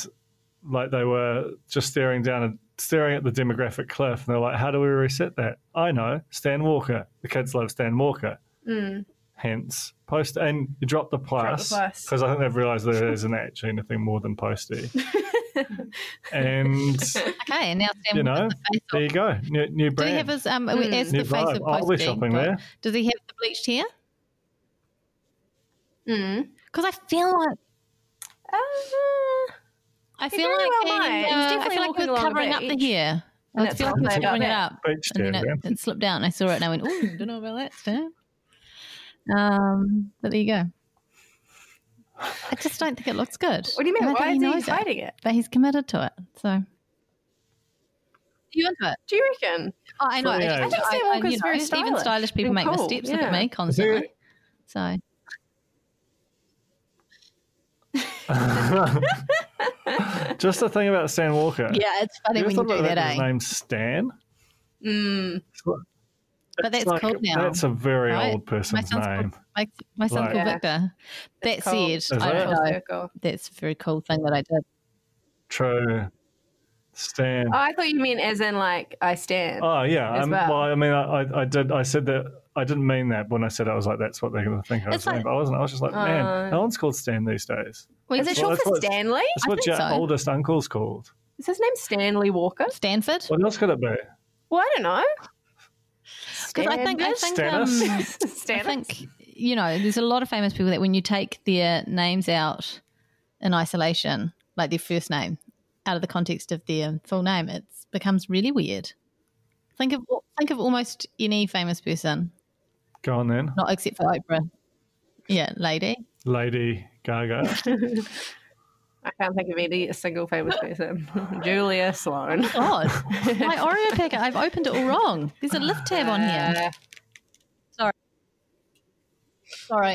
D: like they were just staring down and staring at the demographic cliff, and they're like, "How do we reset that?" I know Stan Walker. The kids love Stan Walker,
C: Mm.
D: hence Post. And you drop the plus
C: plus.
D: because I think they've realised there isn't actually anything more than Posty. and
E: Okay, and now Stan Walker's
D: You know,
E: the face
D: there
E: off.
D: you go, new, new brand.
E: Do we have his um?
C: Mm.
E: As
D: New
E: the face of
D: vibe. I'll be
E: Posty,
D: shopping
E: but
D: there.
E: Does he have the bleached hair?
C: Mm.
E: Because I feel like
C: Uh,
E: I
C: He
E: feel
C: very
E: like
C: well
E: he,
C: might. He's
E: uh, I
C: definitely
E: feel like
C: walking
E: he was
C: along the
E: covering up the
C: beach.
E: hair.
C: And
E: I
C: that's
E: feel like
C: what
E: he was
C: they
E: covering it
C: got.
E: up,
D: Beach
E: and then
D: chair,
E: it,
D: yeah.
E: it slipped down. I saw it and I went, "Oh, don't know about that, Stan." Um, but there you go. I just don't think it looks good.
C: What do
E: And
C: you mean?
E: I think
C: Why is he
E: knows it,
C: fighting it?
E: But he's committed to it, so. Are You into it?
C: Do you reckon?
E: Oh, I know.
D: Fully
E: I,
D: owned. I
E: just,
D: think
C: Stan
E: I- I-
C: Walker's
E: you know,
C: very
E: Even
C: stylish
E: stylish people
C: and
E: make
C: cool,
E: missteps. Look
C: yeah.
E: at me constantly. So
D: Just the thing about Stan Walker.
E: yeah, it's funny
D: You ever
E: when you
D: thought
E: do
D: about
E: that,
D: His
E: eh?
D: name's Stan.
C: Mm.
E: But
D: It's
E: that's cool now.
D: That's a very
E: right?
D: old
E: My
D: person's
E: son's
D: name.
E: called, my, my son's
D: Like-
E: called
C: Yeah.
E: Victor. That
C: It's cold.
E: said,
D: Is
E: I
D: it?
E: don't
C: Full
E: know.
C: circle.
E: That's a very cool thing that I did.
D: True. Stan.
C: Oh, I thought you meant as in like I stand.
D: oh yeah.
C: as
D: Um, well.
C: well.
D: I mean, I, I- I did. I said that. I didn't mean that when I said I was like, that's what they're going to think. I was
E: It's like- Uh,
D: like, I wasn't. I was just like, man,
C: Oh.
D: no one's called Stan these days.
C: Is it
D: that's
C: short
D: what-
C: for
D: that's what-
C: Stanley?
D: That's
E: I
D: what
E: think
D: your
E: so.
D: oldest uncle's called.
C: Is his name Stanley Walker?
E: Stanford?
D: What else could it be?
C: Well, I don't know.
E: Because I think, I think, um, I
C: Stannis?
E: think, you know, there's a lot of famous people that when you take their names out in isolation, like their first name, out of the context of their full name, it becomes really weird. Think of think of almost any famous person,
D: Go on then,
E: not except for Oprah. Yeah, lady.
D: Lady Gaga.
C: I can't think of any a single famous person. Julia Sloan.
E: God, my Oreo packet. I've opened it all wrong. There's a lift tab on here.
C: Uh,
E: Sorry,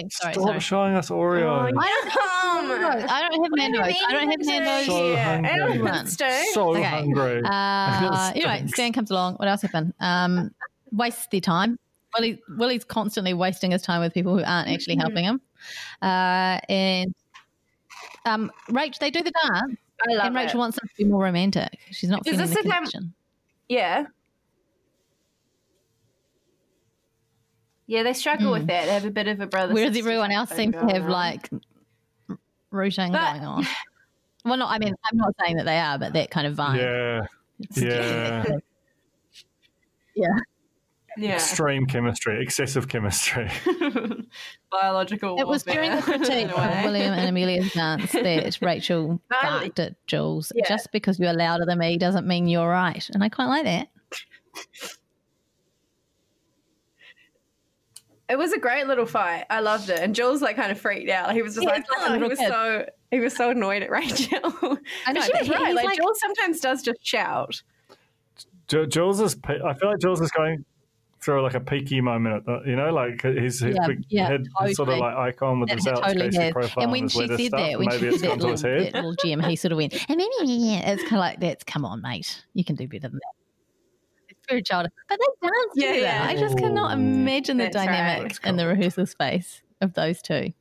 E: sorry,
D: Stop
E: sorry.
D: showing us Oreos.
C: Oh,
E: I don't have Nando's. I don't have Nando's. I don't have Nando's.
D: So hungry.
E: Everyone.
D: so
E: Okay.
D: hungry.
E: Uh,
D: That
E: you know,
D: stinks.
E: Stan comes along. What else happened? Um, wastes their time. Willie, Willie's constantly wasting his time with people who aren't actually helping him. Uh, and um, Rach, they do the dance,
C: I love
E: and
C: it.
E: Rachel wants them to be more romantic. She's not
C: Is
E: feeling
C: this
E: the
C: the time-
E: connection.
C: Yeah. Yeah, they struggle with that. They have a bit of a brother.
E: Hmm. Whereas
C: sister
E: everyone else
C: thing
E: seems to
C: going
E: have
C: on.
E: like r- rooting
C: But-
E: going on. Well, not. I mean, I'm not saying that they are, but that kind of vibe.
D: yeah, yeah.
C: yeah,
D: Extreme chemistry, excessive chemistry.
C: biological.
E: It was
C: warfare.
E: during the critique
C: In a
E: of
C: way.
E: William and Amelia's dance that Rachel
C: No, I-
E: barked at Jules.
C: Yeah.
E: Just because you're louder than me doesn't mean you're right. And I quite like that.
C: It was a great little fight. I loved it, and Jules like kind of freaked out. He was just
E: Yeah,
C: like,
E: he's not
C: oh, he
E: real
C: was
E: good.
C: so he was so annoyed at Rachel. I
E: know,
C: she
E: but
C: was
E: he-
C: right.
E: he's
C: Like,
E: like-
C: Jules sometimes does just shout.
D: Ju- Jules is. pe- I feel like Jules is going through like a peaky moment. at the- You know, like his, his
E: Yeah,
D: big
E: yeah,
D: head his sort of
E: totally.
D: like icon with
E: That
D: his Alex
E: totally
D: Casey
E: has.
D: profile
E: And when
D: his
E: she
D: leather
E: said
D: stuff,
E: that, when
D: maybe
E: she
D: it's
E: did that
D: gone to
E: little,
D: his head.
E: that little gem, he sort of went, and then yeah, it's kind of like that's come on, mate, you can do better than that. It's very childish, but they dance
C: Yeah,
E: together.
C: yeah.
E: I just cannot
D: Ooh.
E: imagine the
C: That's right.
E: dynamic
D: That's
E: in the
D: cool.
E: rehearsal space of those two.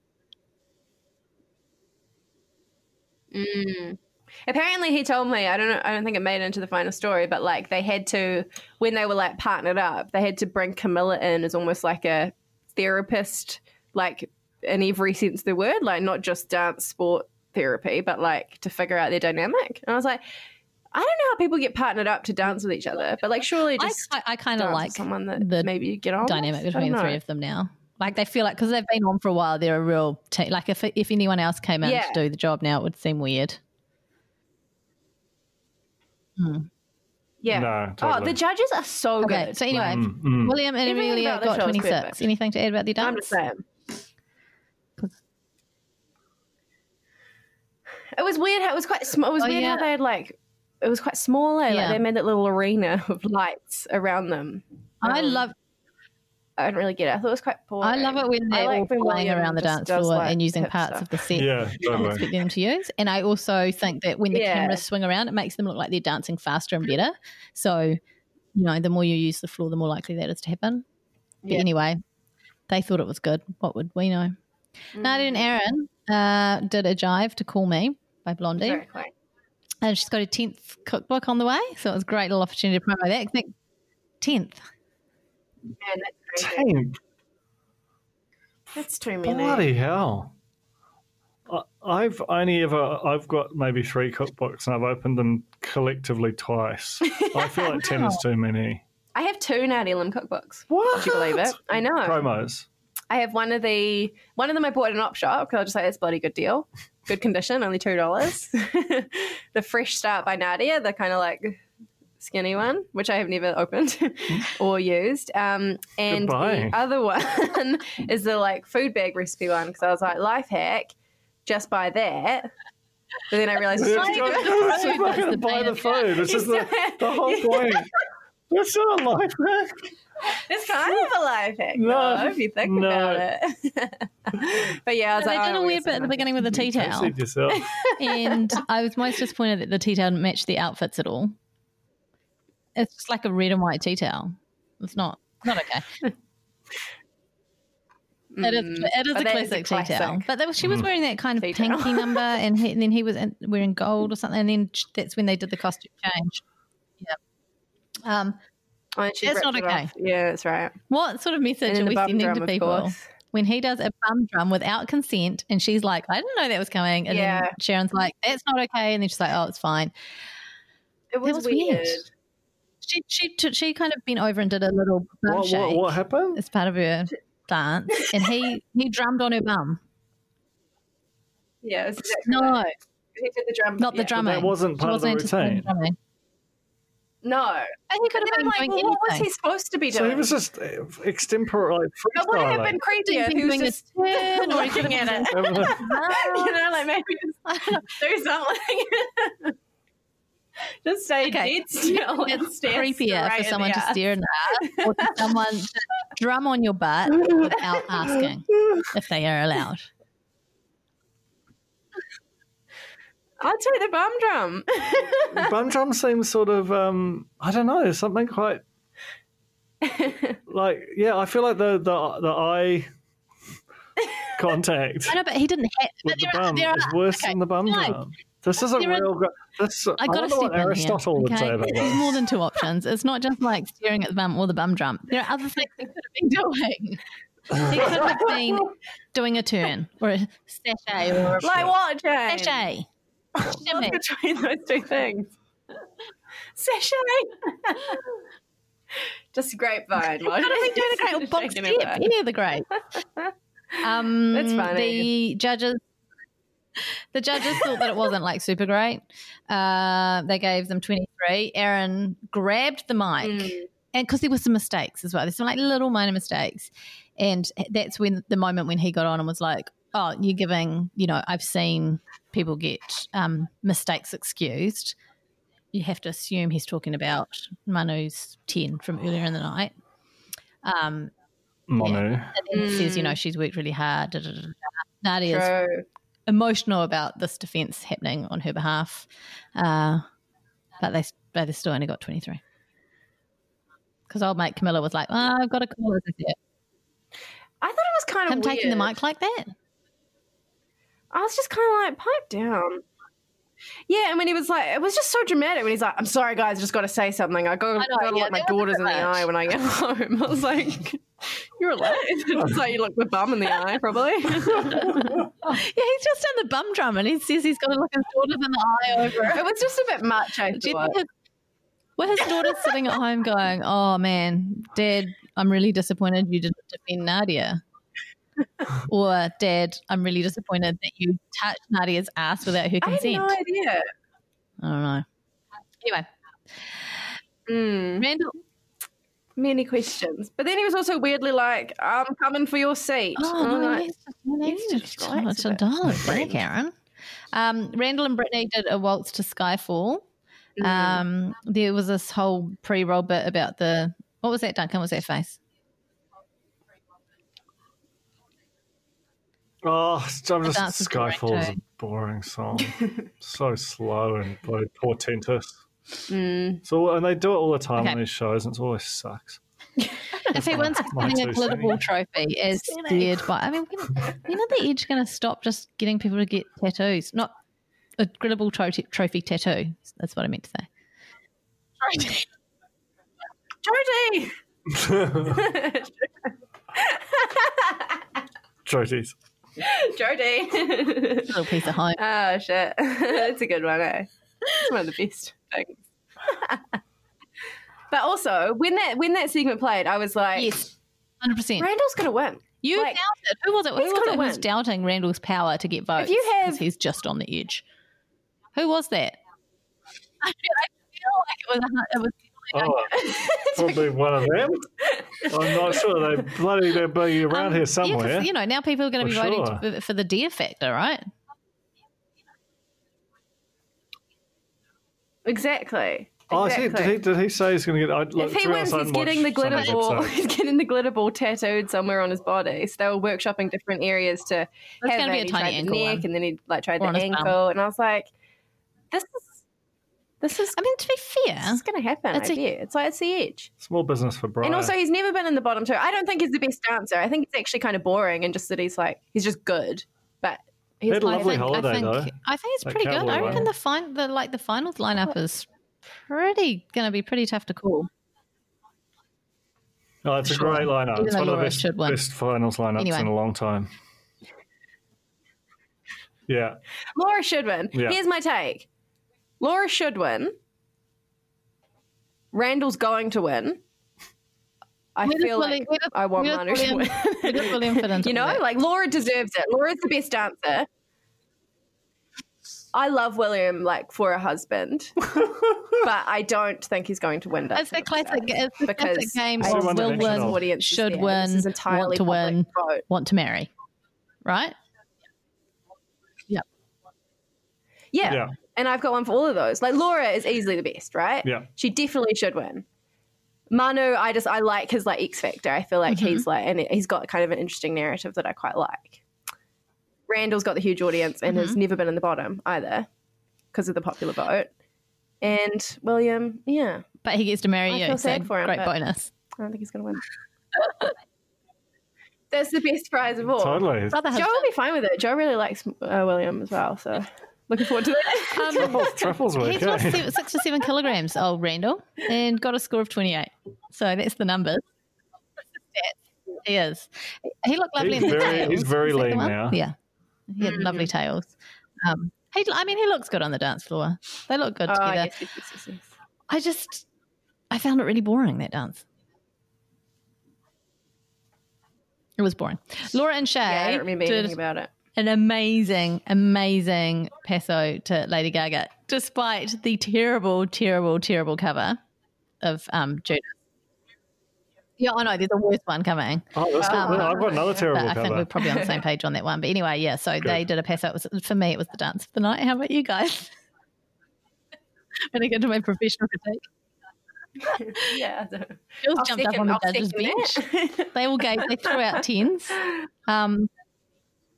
C: Mm. Apparently, he told me I don't know. I don't think it made it into the final story, but like they had to when they were like partnered up, they had to bring Camilla in as almost like a therapist, like in every sense of the word, like not just dance, sport therapy, but like to figure out their dynamic. And I was like, I don't know how people get partnered up to dance with each other, but like surely
E: I,
C: just
E: I, I kind
C: dance
E: of
C: with
E: like
C: someone that
E: the
C: maybe you get on with.
E: dynamic
C: I don't
E: between the three
C: know.
E: of them now. Like they feel like because they've been on for a while, they're a real team. Like if if anyone else came in
C: Yeah.
E: to do the job now, it would seem weird.
C: Yeah.
D: No,
C: Oh,
D: totally.
C: the judges are so
E: Okay,
C: good.
E: so anyway,
D: Mm, mm.
E: William and
C: Everything
E: Amelia
C: about the
E: got
C: show is
E: twenty six.
C: perfect.
E: Anything to add about their
C: I'm
E: dance?
C: just saying. It was weird. How, it was quite. Sm- it was
E: Oh,
C: weird
E: yeah.
C: how they had like. It was quite small. eh?
E: Yeah.
C: Like they made that little arena of lights around them.
E: I
C: Um,
E: love
C: I didn't really get it. I thought it was quite boring.
E: I love it when
C: I
E: they're
C: like
E: all
C: when
E: flying
C: William
E: around the
C: just
E: dance
C: does,
E: floor
C: like,
E: and using
C: hip
E: parts
C: stuff.
E: of the set
D: Yeah,
E: you don't
D: totally.
E: expect them to use. And I also think that when the
C: Yeah.
E: cameras swing around, it makes them look like they're dancing faster and better. So, you know, the more you use the floor, the more likely that is to happen. But
C: Yeah.
E: anyway, they thought it was good. What would we know?
C: Mm.
E: Nadia and Aaron uh, did a jive to call me by Blondie.
C: Exactly.
E: And she's got a 10th cookbook on the way. So it was a great little opportunity to promo that. 10th.
C: Man, that's crazy.
D: Tank,
C: That's too many.
D: bloody hell! I- I've only ever I've got maybe three cookbooks and I've opened them collectively twice. I feel like ten is too many.
C: I have two Natty Lim cookbooks.
D: What?
C: Would you believe it? I know.
D: Promos.
C: I have one of the one of them I bought in an op shop because I was just like it's a bloody good deal, good condition, only two dollars. the Fresh Start by Nadia, the kind of like skinny one, which I have never opened or used. Um, and
D: Goodbye.
C: the other one is the like food bag recipe one because I was like life hack, just buy that. But then I realized
D: It's just- it's just not going to buy the food. It's just the, the whole point. That's not a life hack.
C: it's kind of a life hack,
D: No.
C: though, if you think
D: No.
C: about it. but yeah, I was
E: they
C: like,
E: did a
C: oh, we'll
E: weird
C: get
E: bit at the
C: some.
E: beginning with the tea towel.
D: Proceed yourself.
E: and I was most disappointed that the tea towel didn't match the outfits at all. It's just like a red and white tea towel. It's not not okay. It
C: Mm.
E: is, it is
C: Hmm. but
E: a
C: that is a
E: classic tea towel.
C: classic.
E: But they, were- she was wearing that kind of
C: Tea towel.
E: pinky number, and, he, and then he was in, wearing gold or something. And then sh- that's when they did the costume change. Yeah. Um,
C: Oh, and she
E: That's
C: ripped
E: not
C: it
E: okay.
C: off. Yeah, that's right.
E: what sort of message
C: And
E: are
C: then
E: we
C: the bum
E: sending
C: drum,
E: to
C: of
E: people
C: course.
E: when he does a bum drum without consent? And she's like, "I didn't know that was coming." And
C: Yeah.
E: then Sharon's like, "That's not okay." And then she's like, "Oh, it's fine."
C: It was,
E: was
C: weird.
E: weird. She she t- she kind of bent over and did a little bum
D: What,
E: shake.
D: what, what happened?
E: It's part of her dance, and he he drummed on her bum.
C: Yeah, it's exactly
E: No,
C: that. He did the drum.
E: not the
C: yeah.
E: drumming.
D: that wasn't
E: She
D: part of the
E: anticipating
D: routine.
E: drumming.
C: No.
E: And he could
C: But
E: have
C: then
E: been
C: I'm like,
E: doing
C: well, what was
E: anything.
C: he supposed to be doing?
D: So he was just uh, extempor like
C: It would have been
D: freestyling.
C: creepy
E: He
C: if
E: could
C: he
E: have been
C: was
E: doing
C: just,
E: a turn, or he could have
C: looking
E: been
C: at it. you know, like maybe just do something. just stay
E: Okay.
C: dead still and
E: it's
C: stare
E: creepier
C: straight
E: for
C: in
E: someone
C: the
E: to
C: eye.
E: stare in the eye or for someone to drum on your butt without asking if they are allowed.
C: I'd take the bum drum.
D: Bum drum seems sort of um, I don't know something quite like yeah. I feel like the the the eye contact
E: I know, but he didn't have.
D: with
E: But
D: the
E: there are,
D: bum
E: there are,
D: is worse
E: okay,
D: than the bum
E: no.
D: drum. This isn't
E: There are-
D: real. Go- this
E: I got to
D: wonder
E: step
D: what
E: in
D: Aristotle
E: here.
D: would say
E: Okay,
D: about
E: there's
D: this.
E: more than two options. It's not just like staring at the bum or the bum drum. There are other things he could have been doing. He could have been doing a turn or a sachet or a
C: like what, Jane?
E: sachet. Shimmy.
C: What's between those two things? Sashay. just grapevine. Why
E: Could have been doing a great or box
C: Shaking
E: tip.
C: it back.
E: Any of the great. Um,
C: That's funny.
E: The judges. The judges thought that it wasn't like super great. Uh, they gave them 23. Aaron grabbed the mic,
C: Mm.
E: and because there were some mistakes as well, there's some like little minor mistakes, and that's when the moment when he got on and was like, "Oh, you're giving," you know, I've seen people get um, mistakes excused. You have to assume he's talking about Manu's ten from earlier in the night. Um,
D: Monu.
E: and then says, you know,
C: Mm.
E: she's worked really hard. Da, da, da, da. Nadia's
C: True.
E: emotional about this defense happening on her behalf, uh, but they but they still only got twenty three. Because old mate Camilla was like, oh, I've got a call. This is it.
C: I thought it was kind of
E: Him taking the mic like that.
C: I was just kind of like, pipe down. Yeah, and when he was like, it was just so dramatic when he's like, I'm sorry, guys, I just got to say something. I got,
E: I know,
C: got to
E: yeah,
C: look my
E: that was a
C: daughters in the
E: bit
C: eye when I get home. I was like, you're alone. it's like you look the bum in the eye, probably.
E: Yeah, he's just done the bum drum and he says he's got to look his daughters in the eye over it.
C: it was just a bit much, I
E: Do you
C: thought.
E: think his, were his daughters sitting at home going, oh man, dad, I'm really disappointed you didn't defend Nadia? Or, dad, I'm really disappointed that you touched Nadia's ass without her
C: I had
E: consent.
C: no idea.
E: I don't know. Anyway,
C: Mm,
E: Randall.
C: many questions. But then he was also weirdly like, I'm coming for your seat.
E: Oh,
C: And I'm
E: no,
C: like,
E: that's just- no, that's
C: you
E: just-
C: just relax
E: it's
C: a
E: a
C: bit.
E: dollar, isn't it, Karen. Um, Randall and Brittany did a waltz to Skyfall. Um, there was this whole pre-roll bit about the what was that, Duncan? What was that face?
D: Oh, I'm just
E: dance is boring
D: Skyfall is a
E: too.
D: boring song. so slow and bloody portentous.
C: mm.
D: So and they do it all the time
E: Okay.
D: on these shows, and it always sucks.
E: If he wins, he's
D: My
E: winning a
D: two
E: glitterball trophy as steered by. I mean, when, when are the Edge going to stop just getting people to get tattoos? Not a glitterball tro- trophy tattoo. That's what I meant to say.
C: Georgie!
D: Joties.
C: Georgie!
E: Little piece of home.
C: Oh shit, that's a good one. Eh? It's one of the best things. but also, when that when that segment played, I was like,
E: Yes, hundred percent.
C: Randall's gonna win.
E: You
C: Like,
E: doubted. Who was it? Who
C: he's
E: was
C: gotta
E: it who was
C: win.
E: doubting Randall's power to get votes?
C: you
E: 'Cause
C: have-
E: he's just on the edge. Who was that? I feel like it was. a hun- It was um,
D: Oh, probably one of them. I'm not sure. They bloody they're bloody around
E: um, yeah,
D: here
E: 'cause,
D: somewhere.
E: you know, now people are going to
D: For
E: be voting
D: sure.
E: for- for the deer factor, right?
C: Exactly.
D: Oh,
C: exactly.
D: I see. Did he, did he say he's going to get? uh, I, look,
C: if he wins, he's getting the glitter ball. He's getting the glitter ball tattooed somewhere on his body. So they were workshopping different areas to
E: That's
C: have
E: gonna be
C: it.
E: a
C: He
E: tiny
C: tried the
E: ankle
C: neck,
E: one.
C: and then he like tried
E: Or on
C: the
E: his bum.
C: ankle, and I was like, this is this is
E: I mean, to be
C: this
E: fair,
C: is gonna happen.
E: It's
C: I
E: a-
C: bet. It's like it's the edge.
D: Small business for Brian.
C: And also, he's never been in the bottom two. I don't think he's the best dancer. I think it's actually kind of boring, and just that he's like he's just good. But he's
D: Had a
E: I
D: lovely
E: think,
D: holiday,
E: I think,
D: though.
E: I think it's
D: That
E: pretty good.
D: Cowboy
E: I
D: one.
E: reckon the fin- the like the finals lineup is pretty going to be pretty tough to call.
D: oh, it's a
E: Sure.
D: great lineup.
E: Even
D: It's
E: though
D: one of the
E: Laura
D: best,
E: should win.
D: best finals lineups
E: Anyway.
D: in a long time. Yeah,
C: Laura should win.
D: Yeah.
C: Here's my take: Laura should win. Randall's going to win. I
E: Where does
C: feel
E: William-
C: like
E: where does-
C: I want
E: where does
C: Manu to
E: William- where does
C: win.
E: William fit into
C: you know,
E: all that?
C: like Laura deserves it. Laura's the best dancer. I love William like for a husband, but I don't think he's going to win.
E: It's the
C: Dancing with
E: classic,
C: Stars.
E: it's the classic
C: Because
E: game
D: I
E: of
D: just
E: will
D: wanted to mention
E: win,
D: all-
C: Audience is
E: should
C: there. This
E: win,
C: is
E: want
C: entirely
E: to
C: public
E: win,
C: vote.
E: want to marry. Right?
C: Yeah.
D: Yeah.
C: And I've got one for all of those. Like Laura is easily the best, right?
D: Yeah.
C: She definitely should win. Manu, I just I like his like X Factor. I feel like he's like and he's got kind of an interesting narrative that I quite like. Randall's got the huge audience and has never been in the bottom either because of the popular vote. And William, yeah,
E: But he gets to marry
C: I
E: you.
C: feel
E: so
C: sad for him,
E: great
C: but-
E: bonus.
C: I don't think he's gonna win. That's the best prize of all.
D: Totally.
E: Brother
C: Joe will be fine with it. Joe really likes uh, William as well, so looking forward to that.
E: Um,
D: Truffles
E: he's
D: week.
E: lost
D: eh?
E: seven, six or seven kilograms, old Randall, and got a score of 28. So that's the numbers. he is. He looked lovely
D: He's
E: in the
D: very-
E: tails.
D: he's very
E: Is that the
D: lean
E: one?
D: now.
E: Yeah. He had lovely
C: Mm-hmm.
E: tails. Um, he, I mean, he looks good on the dance floor. They look good
C: Oh,
E: together.
C: yes, yes, yes, yes, yes.
E: I just, I found it really boring that dance. It was boring. Laura and Shay
C: Yeah, I don't remember
E: did
C: anything about it.
E: an amazing, amazing peso to Lady Gaga, despite the terrible, terrible, terrible cover of um, Judas. Yeah, I know. There's a worse one coming.
D: Oh, that's
E: Um,
D: good. I've got another
E: But
D: terrible
E: I think we're
D: cover.
E: probably on the same page on that one. But anyway, yeah. So they did a pass out. It was, for me, it was the dance of the night. How about you guys? when I get to my professional critique,
C: Yeah, I don't
E: Jules
C: I'll
E: jumped up
C: second-
E: on the
C: I'll
E: judges'
C: second
E: bench.
C: that.
E: They all gave. They threw out tens. Um,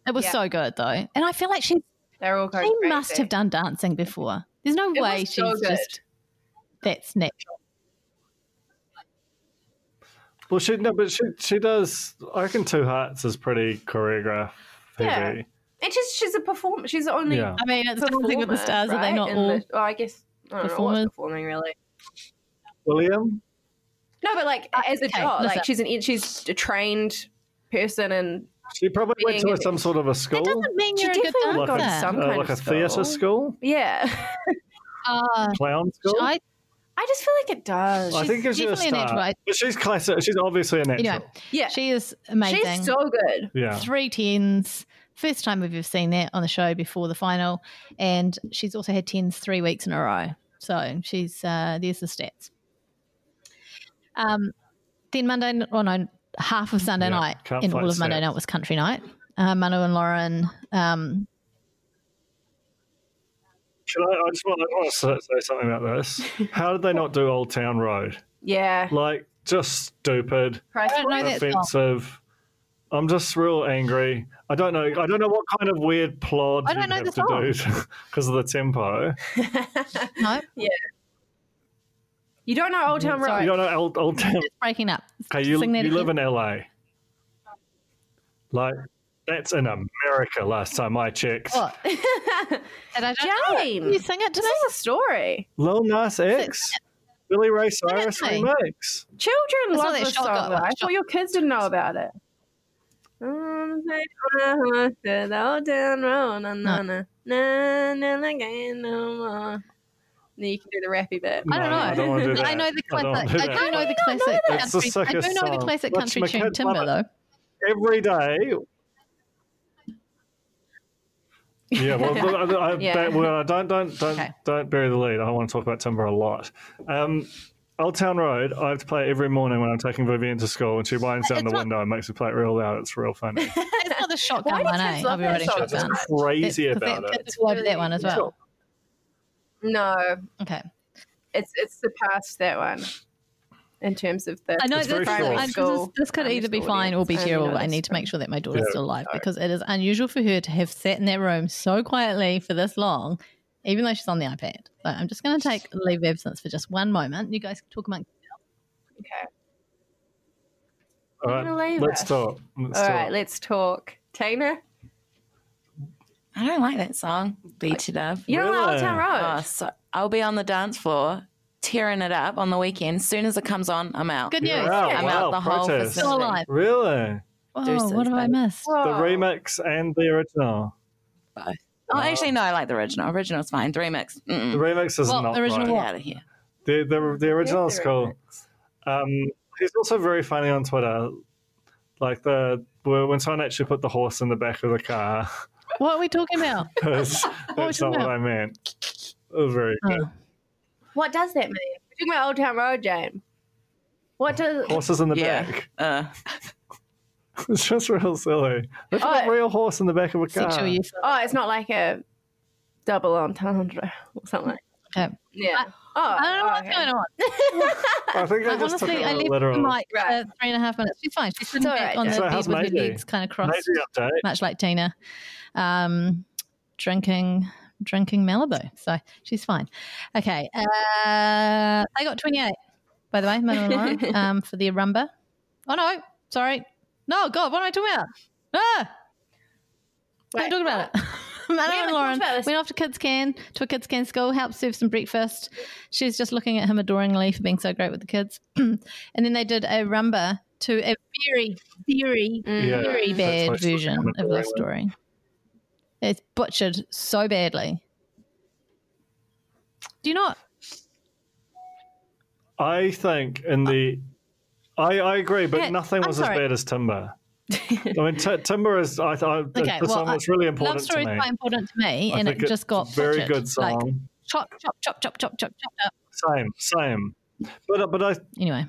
E: it was
C: Yeah.
E: so good though, and I feel like she's
C: They're all going
E: She
C: crazy.
E: must have done dancing before. There's no
C: It
E: way
C: was
E: she's
C: so good.
E: just that's natural.
D: Well, she no, but she she does. I reckon Two Hearts is pretty choreograph heavy.
C: Yeah. And she's she's a performer. She's the only
D: Yeah.
E: I mean, it's dancing with the
C: performer,
E: stars. Are they
C: right,
E: not
C: in
E: all?
C: The, well, I guess I don't know what's
E: performers?
C: performing really.
D: William,
C: No, but like as a
E: okay,
C: job,
E: listen.
C: like she's an she's a trained person, and
D: she probably went
C: Being
D: to
C: in-
D: some sort of a
E: That
D: school,
E: doesn't mean
C: She
E: you're a good
C: definitely
D: like
C: got
D: a,
E: dancer.
C: some
D: uh,
C: kind
D: like
C: of
D: a theatre
C: school.
D: school,
C: yeah,
E: Uh,
D: clown school.
E: I,
C: I just feel like it does.
D: I think it's just
E: definitely a natural. I-
D: But she's classic. She's obviously a natural.
E: Anyway,
C: yeah,
E: she is
C: she's
E: amazing.
C: so good.
D: yeah.
E: Three tens. First time we've ever seen that on the show before the final, and she's also had tens three weeks in a row. So she's uh, there's the stats. Um, then Monday, n- oh no, half of Sunday
D: Yeah,
E: night
D: can't
E: and all
D: fight
E: of Monday
D: stats.
E: night was country night. Uh, Manu and Lauren um,
D: Should I, I just want, I want to say say something about this. How did they not do Old Town Road?
C: Yeah,
D: Like, just stupid,
C: Price
E: I don't know that song.
D: offensive. I'm just real angry. I don't know. I don't know what kind of weird plod
E: I don't
D: you
E: know
D: have
E: the
D: to do because of the tempo.
E: No,
C: you don't know Old Town Road.
D: You don't know Old, old Town
E: it's breaking up.
D: Okay, you,
E: Sing that
D: you live
E: again.
D: in LA. Like, that's in America last time I checked.
E: What? and I don't know.
C: Jane,
E: Can you sing it to me?
C: this is a story.
D: Lil Nas X, Billy Ray Cyrus
E: thing.
D: remix.
C: Children
E: That's why
C: love
E: that
C: this
E: shot
C: song.
E: got-
C: though. I
E: shot-
C: thought your kids didn't know about it. Um, they- uh, they're all down road, na, na, na, na, na, na, na, no more. Then you can do the rappy bit.
E: I don't
D: No,
E: know.
D: I don't wanna do
E: I
D: that.
E: know the
D: I
E: classic.
D: don't wanna
E: I
D: do
E: do,
D: that.
E: know the classic
D: That's the
E: country. I do
D: sickest
E: know the
D: song.
E: classic
D: That's
E: country
D: my
E: tune,
D: kid's
E: Timber
D: mother.
E: though.
D: Every day. Yeah, well, look, I, I,
C: Yeah.
D: that- well, don't don't don't
E: Okay.
D: don't bury the lead. I want to talk about Timber a lot. Um, Old Town Road, I have to play it every morning when I'm taking Vivian to school, and she winds down
E: It's
D: the
E: not-
D: window and makes me play it real loud. It's real funny.
E: It's not the shotgun
C: do
E: one, eh?
C: kids
E: I'll
C: love
E: be
C: that
E: riding
C: song?
E: shotgun. That's-
D: Crazy
E: 'cause
D: about
E: that,
D: it.
E: It's all over that one as well.
C: No,
E: Okay.
C: it's it's surpassed that one in terms of the.
E: I know
D: It's
E: this,
D: very short.
E: I'm- this,
C: School-
E: this could
C: primary
E: either be
C: school
E: fine or be
C: audience. I
E: terrible,
C: know
E: but I
C: this
E: need to make sure that my daughter's
D: Yeah.
E: still alive because it is unusual for her to have sat in that room so quietly for this long, even though she's on the iPad. So I'm just going to take leave of absence for just one moment. You guys can talk amongst
C: Okay.
D: All
C: I'm gonna
D: right,
C: leave
D: let's
C: it.
D: talk. Let's
C: All
D: talk.
C: right, let's talk. Tina,
G: I don't like that song. Beat it up.
C: you don't like Old Town
D: Really?
G: Oh,
C: Road.
G: so I'll be on the dance floor tearing it up on the weekend. Soon as it comes on, I'm out.
E: Good news.
D: You're
E: Yeah.
D: out.
G: I'm
D: wow,
G: out the whole
D: protest.
G: facility.
E: Still alive.
D: Really?
E: Whoa,
G: Deuces,
E: what have I
G: baby.
E: missed?
D: The
C: Whoa.
D: remix and the original.
G: Oh, actually, no, I like the original. Original's fine. The remix.
D: The
G: Mm-mm.
D: remix is
E: Well,
D: not
E: original
D: right.
E: what?
G: Get out of here.
D: The the, the original is cool. Um, he's also very funny on Twitter. Like the when someone actually put the horse in the back of the car.
E: What are we talking about?
D: That's, that's not what I meant. It was very
E: Oh.
D: good.
C: What does that mean? We're talking about Old Town Road, Jane. What does?
D: Horses in the
G: Yeah.
D: back.
G: Uh,
D: It's just real silly. Look at
C: Oh.
D: a real horse in the back of a car.
E: Sexual youth.
C: Oh, it's not like a double entendre or something. Like
E: Okay.
C: Yeah. Oh,
E: I don't know
C: oh,
E: what's
C: okay.
E: going on.
D: I think I,
E: I
D: just took
E: honestly,
D: it
E: I
D: a bit
E: left
D: literal.
E: the mic for
C: Right.
E: uh, three and a half minutes. She's fine. She's sitting
C: all
E: back
C: right,
E: on
C: Jane.
E: the
D: So how's
E: bed with her
D: Maisie?
E: legs kind of crossed,
D: Amazing update.
E: much like Tina, um, drinking drinking Malibu. So she's fine. Okay. Uh, I got 28, by the way, Manuel Lauren, um, for the Rumba. Oh, no. Sorry. No, God, what am I talking about? Ah!
C: Wait,
E: Don't talk about it. Madeline
C: haven't
E: and
C: talked
E: Lauren
C: about this.
E: went off to Kids Can, to a Kids Can school, helped serve some breakfast. She's just looking at him adoringly for being so great with the kids. and then they did a rumba to a very, very,
D: Yeah,
E: Mm-hmm. very
D: that's
E: bad
D: what she's
E: version
D: looking at
E: of
D: the
E: the
D: right
E: story. It's butchered so badly. Do you not?
D: I think in the, I, I agree, but
E: Yeah,
D: nothing
E: I'm
D: was
E: sorry.
D: as bad as Timber. I mean, t- Timber is I, I, the,
E: Okay,
D: the
E: well,
D: song
E: I-
D: that's really
E: Love
D: important to
E: Story
D: me.
E: is quite important to me,
D: I
E: and
D: think
E: it just
D: it's
E: got
D: a very
E: butchered.
D: good song.
E: Like, chop, chop, chop, chop, chop, chop, chop, chop.
D: Same, same. But but I
E: Anyway,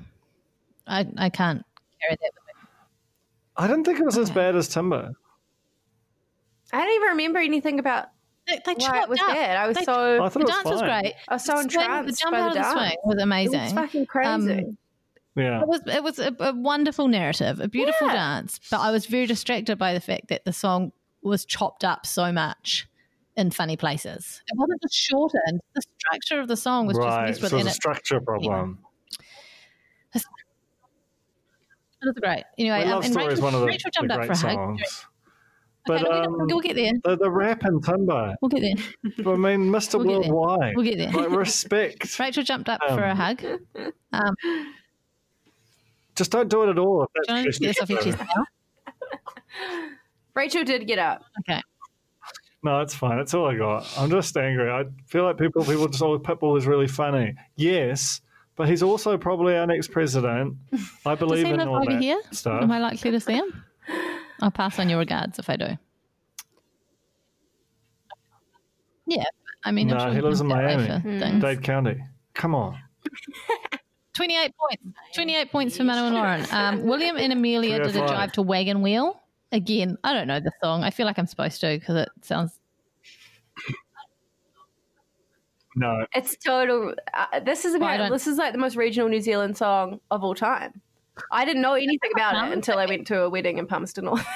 E: I I can't carry that. with me.
D: I didn't think it was as bad as Timber.
C: I don't even remember anything about
E: They, they
C: why it
E: chopped
C: was
E: up.
C: bad. I was
E: They-
C: so
D: I thought
E: the
D: it was
E: dance was
D: fine.
E: great.
C: I was so
E: The swing-
C: entranced
E: the jump
C: by
E: out
C: the
E: of the swing
C: dance.
E: was
C: it
E: amazing.
C: was fucking crazy.
E: Um,
D: Yeah.
E: it was it was a, a wonderful narrative, a beautiful
C: Yeah.
E: dance. But I was very distracted by the fact that the song was chopped up so much in funny places. It wasn't just shortened. The structure of the song was
D: Right.
E: just messed
D: So
E: with, and
D: it's a
E: it,
D: structure problem.
E: it was great. Anyway,
D: But
E: um,
D: Love
E: and
D: Story
E: Rachel,
D: is one of the,
E: Rachel
D: the
E: jumped up
D: great
E: for a hug.
D: songs.
E: Okay,
D: But
E: we'll,
D: um,
E: get, we'll get there.
D: the, the rap and Timber.
E: We'll get there.
D: I mean, Mr.
E: We'll get there.
D: Worldwide.
E: We'll get there.
D: Like, respect.
E: Rachel jumped up for a
D: Um,
E: hug. Um,
D: Just don't do it at all. If
E: do you want to
D: that's
E: get this off your
D: just-
E: chest now?
C: Rachel did get up.
E: Okay.
D: No, it's fine. That's all I got. I'm just angry. I feel like people people just always Pitbull is really funny. Yes, but he's also probably our next president. I
E: Does
D: believe
E: he
D: in
E: live
D: all
E: over
D: that
E: here?
D: stuff.
E: Am I likely to see him? I'll pass on your regards if I do. Yeah, I mean, I'm
D: No,
E: sure
D: he lives in
E: comes that way
D: Miami. Hmm.
E: for things.
D: Dade County. Come on.
E: 28 points. 28 points for Manu and Lauren. Um, William and Amelia did a
D: 305.
E: drive to Wagon Wheel. Again, I don't know the song. I feel like I'm supposed to because it sounds.
D: No.
C: It's total. Uh, this is
E: Well, I
C: about.
E: don't-
C: This is like the most regional New Zealand song of all time. I didn't know anything about it until I went to a wedding in Palmerston North,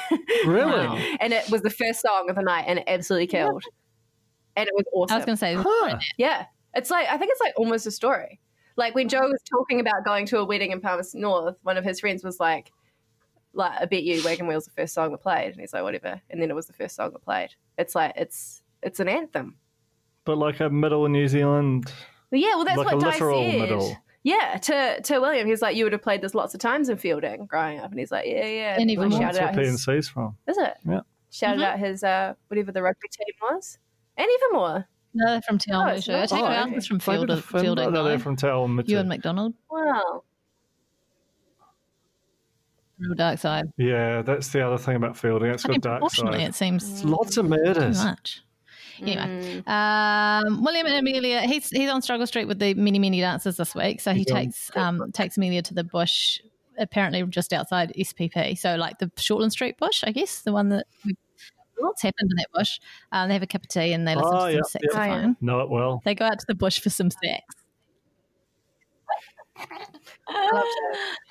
D: Really?
C: and it was the first song of the night, and it absolutely killed. And it was awesome.
E: I was going to say,
D: Huh.
C: Yeah. It's like I think it's like almost a story. Like when Joe was talking about going to a wedding in Palmerston North, one of his friends was like, like I bet you Wagon Wheel's the first song that played and he's like, whatever. And then it was the first song that played. It's like it's it's an anthem.
D: But like a middle New Zealand,
C: Well, yeah, well that's
D: like a
C: what Di said.
D: literal middle.
C: Yeah, to to William, he's like, You would have played this lots of times in fielding growing up and he's like, Yeah, yeah.
E: And even
C: like,
E: more.
D: That's
C: shouted
D: where
C: out his,
D: PNC's from.
C: Is it?
D: Yeah.
C: Shouted
E: Mhm.
C: out his uh whatever the rugby team was. And even more.
E: no, they're from Te
C: No, it's
E: Awamutu. I
C: not.
E: take
D: Oh,
E: my answers from Field
D: Maybe the
E: of
D: Finn-
E: Field
D: Oh, no, they're
E: of
D: from Te Awamutu.
E: You and McDonald,
C: Wow.
E: Real Dark Side.
D: Yeah, that's the other thing about fielding. It's
E: I
D: got
E: mean,
D: dark
E: proportionally,
D: side.
E: it seems
D: Lots of
E: too
D: murders.
E: much.
C: Mm.
E: Anyway, um, William and Amelia, he's he's on Struggle Street with the many many dancers this week. So he
D: Yeah.
E: takes um, takes Amelia to the bush, apparently just outside SPP. So like the Shortland Street bush, I guess the one that
C: Mm-hmm.
E: what's happened in that bush. Um, they have a cup of tea and they listen
D: Oh,
E: to some
D: yeah, yeah.
E: saxophone.
C: Oh, yeah.
D: No, it will.
E: They go out to the bush for some sex.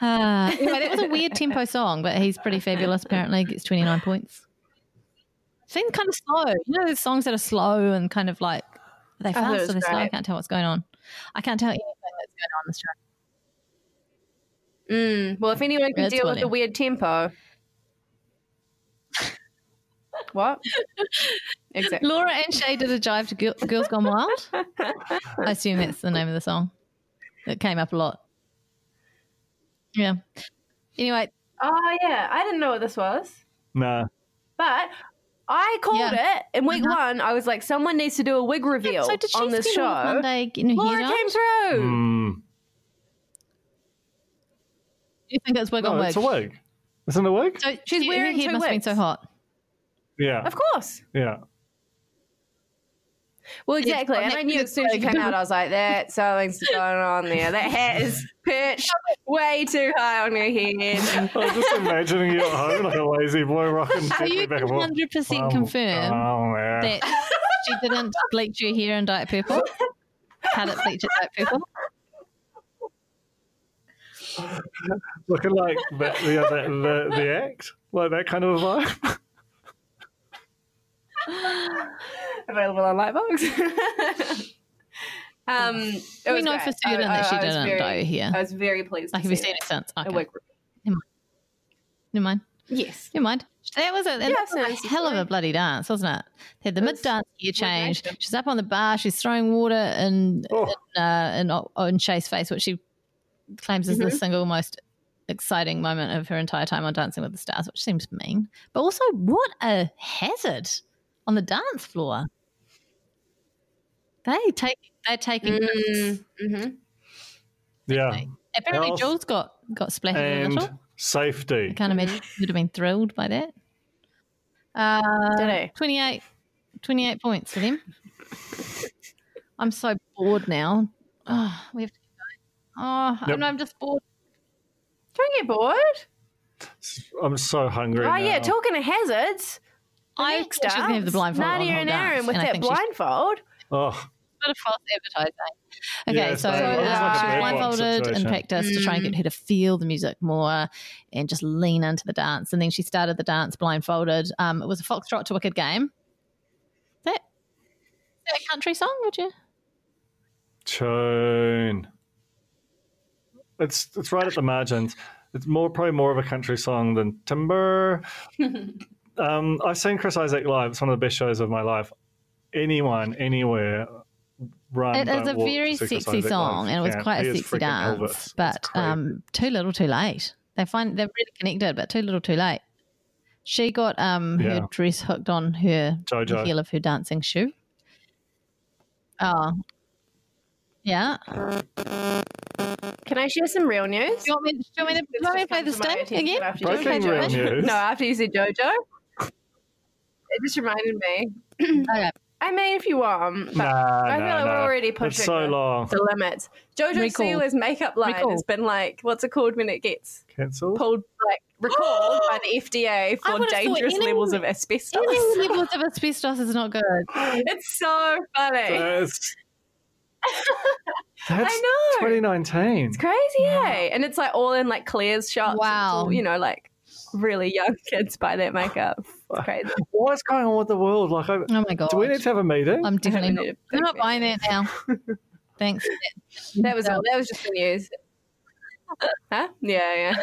E: Ah, anyway, that was a weird tempo song, but he's pretty fabulous. Apparently, gets twenty nine points. Seemed kind of slow. You know, those songs that are slow and kind of like are they
C: thought it
E: fast or
C: was
E: they slow. I
C: Oh, great.
E: can't tell what's going on. I can't tell anything that's going on in this track.
C: Mm, well, if anyone can
E: It's
C: deal with the
E: William.
C: weird tempo. what? Exactly.
E: Laura and Shay did a jive to Girl, Girls Gone Wild. I assume that's the name of the song. It came up a lot. Yeah. Anyway,
C: Oh, yeah. I didn't know what this was,
D: Nah.
C: but I called
E: Yeah. Uh-huh.
C: it in week one. I was like, someone needs to do a wig reveal
E: so did she
C: on this
E: spend
C: show.
E: all of Monday getting her
C: Laura
E: hair done?
C: came
E: Hmm.
C: through.
D: Mm.
E: Do you think it's wig
D: No,
E: on wig?
D: it's a wig. Isn't it a wig?
E: So
C: She's
E: she-
C: wearing
E: her hair
C: two
E: must have been
C: wigs.
E: so hot.
D: Yeah.
C: Of course.
D: Yeah.
C: Well, exactly.
E: got
C: And I
E: next
C: knew
E: to
C: as soon as she
E: the
C: came out, I was like, that something's going on there. That hat is perched way too high on her head.
D: I was just imagining you at home like a lazy boy rocking
E: So you
D: gently back
E: can
D: and forth.
E: hundred percent
D: Um,
E: confirm
D: um, yeah.
E: that she didn't bleach her hair in diet purple. Cut it, bleach it, diet purple.
D: looking like the, the, the, the, the act, like that kind of a vibe.
C: Available on Lightbox. um, it
E: Oh. We
C: was
E: know
C: great.
E: for certain that she
C: was
E: didn't
C: very-
E: dye her hair.
C: I was very pleased.
E: Like,
C: to
E: have you
C: see
E: seen it since?
C: that. A
E: Okay.
C: wig
E: Never mind.
C: reveal. Yes.
E: Never mind. That was a, that
C: Yeah,
E: was
C: I've
E: a
C: seen it
E: hell of a
C: before.
E: bloody dance, wasn't it? They had the mid
C: That's
E: dance hair change.
C: nation.
E: She's up on the bar. She's throwing water in
D: Oh.
E: in, uh, in, O- in Shay's face, which she claims is the single most exciting moment of her entire time on Dancing with the Stars, which seems mean. But also, what a hazard on the dance floor. They take they're taking
C: Mm.
E: risks.
C: Mm-hmm.
D: Yeah.
E: apparently
D: Health
E: Jules got got splattered a
D: And
E: little. I
D: safety.
E: can't imagine you'd have been thrilled by that. Uh,
C: Did I?
E: 28, 28 points for them. I'm so bored now. Oh, we have to. Oh,
D: Yep.
E: I'm, I'm just bored.
C: Don't get bored.
D: I'm so hungry.
C: Oh,
D: now.
C: yeah. Talking of hazards, the
E: I
C: next
E: think she's gonna have the
C: dance,
E: blindfold on
C: Nadia
E: the whole
C: and
E: dance,
C: Aaron with
E: and I
C: that
E: think she's-
C: blindfold.
D: Oh,
E: It's a bit of false advertising. Okay,
D: Yeah,
E: so,
D: so
C: it looks
E: uh,
C: like a
E: she's
C: Bird Box
E: blindfolded in
D: situation.
E: practice to try and
C: Mm.
E: get her to feel the music more and just lean into the dance. And then she started the dance blindfolded. Um, it was a foxtrot to wicked game. Is that, is that a country song? Would you?
D: tune. It's it's right at the margins. It's more probably more of a country song than timber. um, I've seen Chris Isaac live. It's one of the best shows of my life. Anyone, anywhere, run.
E: It is
D: don't
E: a
D: walk
E: very
D: to see Chris
E: sexy
D: Isaac
E: song,
D: live.
E: and it was
D: Yeah,
E: quite
D: he
E: a
D: is
E: sexy
D: freaking Elvis.
E: dance,
D: It's
E: but
D: crazy.
E: um, too little, too late. They find they're really connected, but too little, too late. She got um,
D: Yeah.
E: her dress hooked on her the
D: Jojo.
E: heel of her dancing shoe. Oh, yeah. Do
C: Can I share some real news?
E: you want me, do you want me to, do you
C: It's
E: want me to
C: just
E: play
C: come
E: the
C: to my
E: sting
C: attention
E: again?
C: after
E: Do you want me to play
D: Breaking real
E: Jojo?
D: news.
C: No, after you said JoJo, it just reminded me.
E: Okay.
C: I mean, if you want, but
D: Nah,
C: I feel
D: nah,
C: like we're
D: nah.
C: already
D: It's
C: pushing
D: so
C: the,
D: long.
C: the limits. JoJo
E: Recall.
C: Siwa's makeup line
E: Recall.
C: has been like, what's it called when it gets
D: Cancelled.
C: pulled, like recalled by the FDA
E: I
C: for
E: would've thought
C: dangerous
E: any-
C: levels of asbestos?
E: Any levels of asbestos is not good. Oh
C: it's so funny.
D: That's, that's
C: I know.
D: 2019.
C: It's crazy, eh? And it's like all in like Claire's shots. It's
E: Wow.
C: all, you know, like really young kids by that makeup. It's crazy.
D: What's going on with the world? Like, I,
E: Oh my god!
D: do we need to have a meeting?
E: I'm
C: I
E: definitely
C: don't
E: not,
C: need a
E: I'm not
C: big
E: buying that now. Thanks.
C: That was all. That was just the news. huh? Yeah, yeah.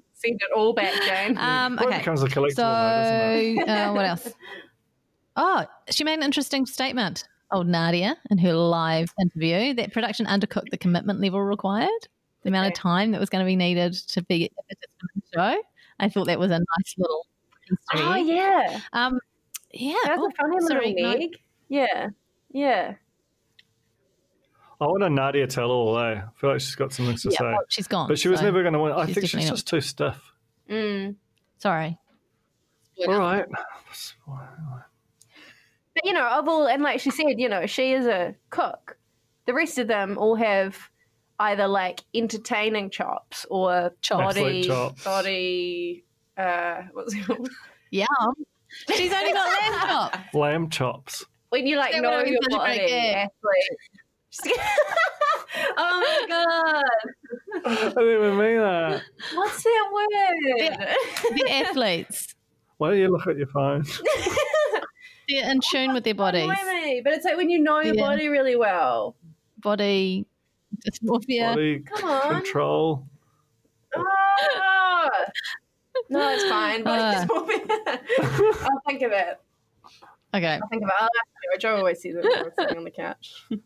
C: Send it all back, Jane.
E: Um,
D: Well, it
E: okay.
D: becomes a collectible,
E: So,
D: though, doesn't
E: uh, what else? Oh, she made an interesting statement. Old Nadia, in her live interview, that production undercooked the commitment level required, the amount of
C: Okay.
E: time that was going to be needed to be a participant in the show. I thought that was a nice little. History.
C: oh yeah,
E: Um, yeah.
C: that
E: oh,
C: was a funny little
E: sorry, no.
C: gig. Yeah, yeah.
D: I want a Nadia tell all, eh? I feel like she's got some things to
E: yeah,
D: say.
E: well, she's gone.
D: But she was
E: so-
D: never going to win. I
E: she's
D: think she's
E: definitely not.
D: just too stiff.
C: Mm.
E: Sorry.
D: All right.
C: But you know, of all and like she said, you know, she is a cook. The rest of them all have either like entertaining chops or
E: Chops.
C: body
D: Absolute chops.
C: body. Uh, what's it called?
E: Yeah. She's only got lamb chop.
D: Lamb chops.
C: when you like
E: That
C: know
E: would've been
C: your
E: such a
C: body
E: great gig.
C: athlete. oh my god,
D: I didn't even mean that.
C: what's that
E: Yeah.
C: word?
E: They're athletes.
D: Why don't you look at your phone?
E: They're in tune with their bodies.
C: Blimey, But it's like when you know your
E: Yeah.
C: body really well.
E: Body dysmorphia.
D: Body
C: Come on.
D: control.
C: Oh. No, it's fine. But
E: Uh.
C: I'll think of it.
E: Okay.
C: I'll think oh, of it. I'll ask her. Joe always sees it when I'm sitting on the couch.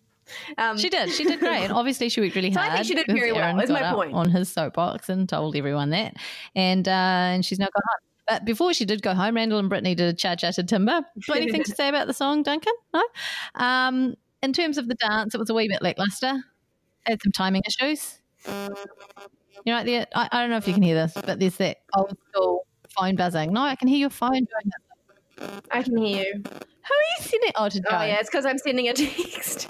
C: Um,
E: She did. She did great. And obviously, she worked really
C: So I
E: hard.
C: think she did
E: because
C: very well,
E: Aaron
C: is my
E: got up
C: point.
E: On his soapbox and told everyone that. And uh, and she's now gone home. But before she did go home, Randall and Brittany did a cha cha to Timber. So anything to say about the song, Duncan? No. Um, in terms of the dance, it was a wee bit lackluster. Had some timing issues. You're right there. I, I don't know if you can hear this, but there's that old school phone buzzing. No, I can hear your phone doing that.
C: I can hear you.
E: Who are you sending? Oh, to Joe.
C: Oh yeah, it's because I'm sending a text.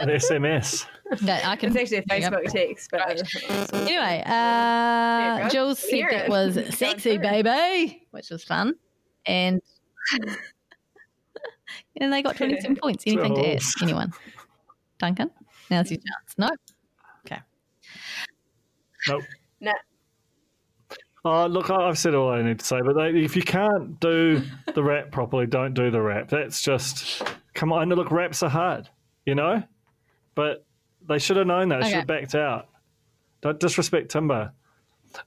D: An SMS.
E: No, I can.
C: It's actually a
E: yeah.
C: Facebook text, but I-
E: Anyway,
C: you
E: uh,
C: go.
E: Jules said
C: Hear
E: that
C: it.
E: was
C: It's going
E: sexy,
C: through.
E: baby, which was fun. And and they got 27 points. Anything to add?
D: Jules.
E: Anyone? Duncan? Now's your chance. No?
D: Nope.
C: No.
D: Oh, look, I- I've said all I need to say, but they, if you can't do the rap properly, don't do the rap. That's just, come on. Look, raps are hard, you know? But they should have known that. They
E: Okay.
D: should have backed out. Don't disrespect Timber.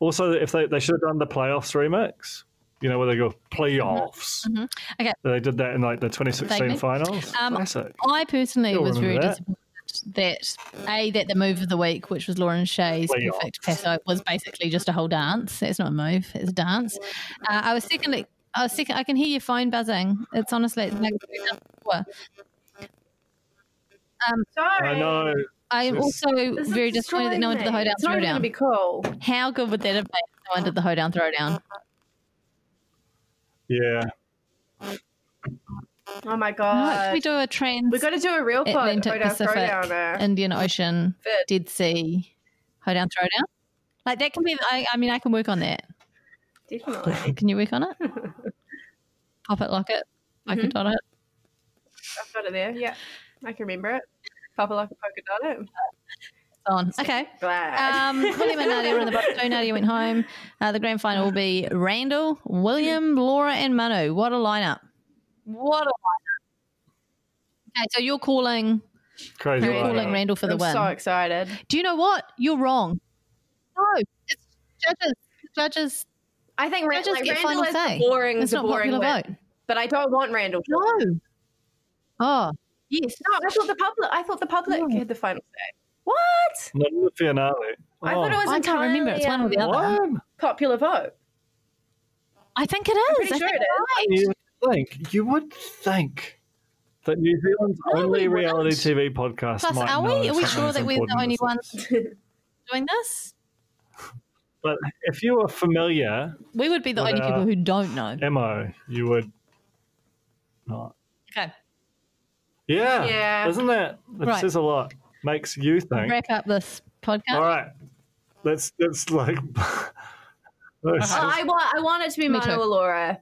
D: Also, if they, they should have done the playoffs remix, you know, where they go, playoffs.
C: Mm-hmm.
E: Okay.
D: They did that in like the 2016
E: Vaguely.
D: finals.
E: Um,
D: Classic.
E: I personally
D: You'll
E: was very
D: remember that.
E: disappointed that A, that the move of the week, which was Lauren Shay's
D: Way off.
E: perfect passo, was basically just a whole dance. It's not a move, it's a dance. Uh, I was secondly I was second I can hear your phone buzzing. It's honestly it's like
C: Mm. Sorry.
D: I know.
E: I'm
D: Yes.
E: also
C: This is
E: very disappointed that no one did the
C: destroying me.
E: hoedown
C: It's not even gonna
E: throwdown.
C: be cool.
E: How good would that have been if no one did the hoedown throwdown?
D: Yeah.
C: Oh
E: Why
C: my god.
E: don't we do a trans
C: we got to do a real pod
E: Atlantic
C: hoedown
E: Pacific
C: throwdown. uh,
E: Indian Ocean
C: Fit.
E: Dead Sea hoedown throwdown? Like that can be I, I mean I can work on that.
C: Definitely.
E: Can you work on it? Pop it, lock it. I
C: Mm-hmm.
E: can dot it.
C: I've got it there. Yeah. I can remember it. Papa like a polka dot it.
E: It's on. Okay.
C: Glad.
E: Um, William and Nadia were in the bottom two. Nadia went home. Uh, the grand final will be Randall, William, Laura, and Manu. What a lineup! What a lineup! Okay, so you're calling
D: Crazy.
E: you're
D: lineup.
E: calling Randall for the
C: I'm
E: win.
C: so excited.
E: Do you know what? You're wrong. No, it's judges. Judges.
C: I think Rand-
E: Judges
C: like,
E: get final
C: Randall is
E: say.
C: the boring,
E: it's
C: the
E: not
C: boring
E: popular
C: win.
E: vote.
C: But I don't want Randall. to win.
E: No. Oh yes.
C: No, I thought the public. I thought the public had the final say. What?
D: Not in the finale. Oh.
C: I thought it was
E: I can't remember. It's one or
C: entirely,
E: the
C: um,
E: other.
D: One.
C: Popular vote.
E: I think it is.
C: pretty
E: I
C: sure
E: think
C: it
E: you're right.
D: You would think you would think that New Zealand's
E: No, we
D: only reality TV
E: wouldn't.
D: podcast.
E: Plus,
D: might
E: are
D: know
E: we? Are we sure
D: something's
E: that we're the
D: important
E: only
D: as
E: ones
D: this.
E: doing this?
D: But if you were familiar,
E: We would be the
D: But,
E: only
D: uh,
E: people who don't know.
D: Emo, you would not.
E: Okay.
D: Yeah.
C: Yeah.
D: Isn't that? It
E: Right.
D: says a lot. Makes you think.
E: Wrap up this podcast.
D: All right. Let's let's like. Let's
C: Oh,
D: just-
C: I want. I want it to be
E: Me
C: Manu
E: too.
C: or Laura.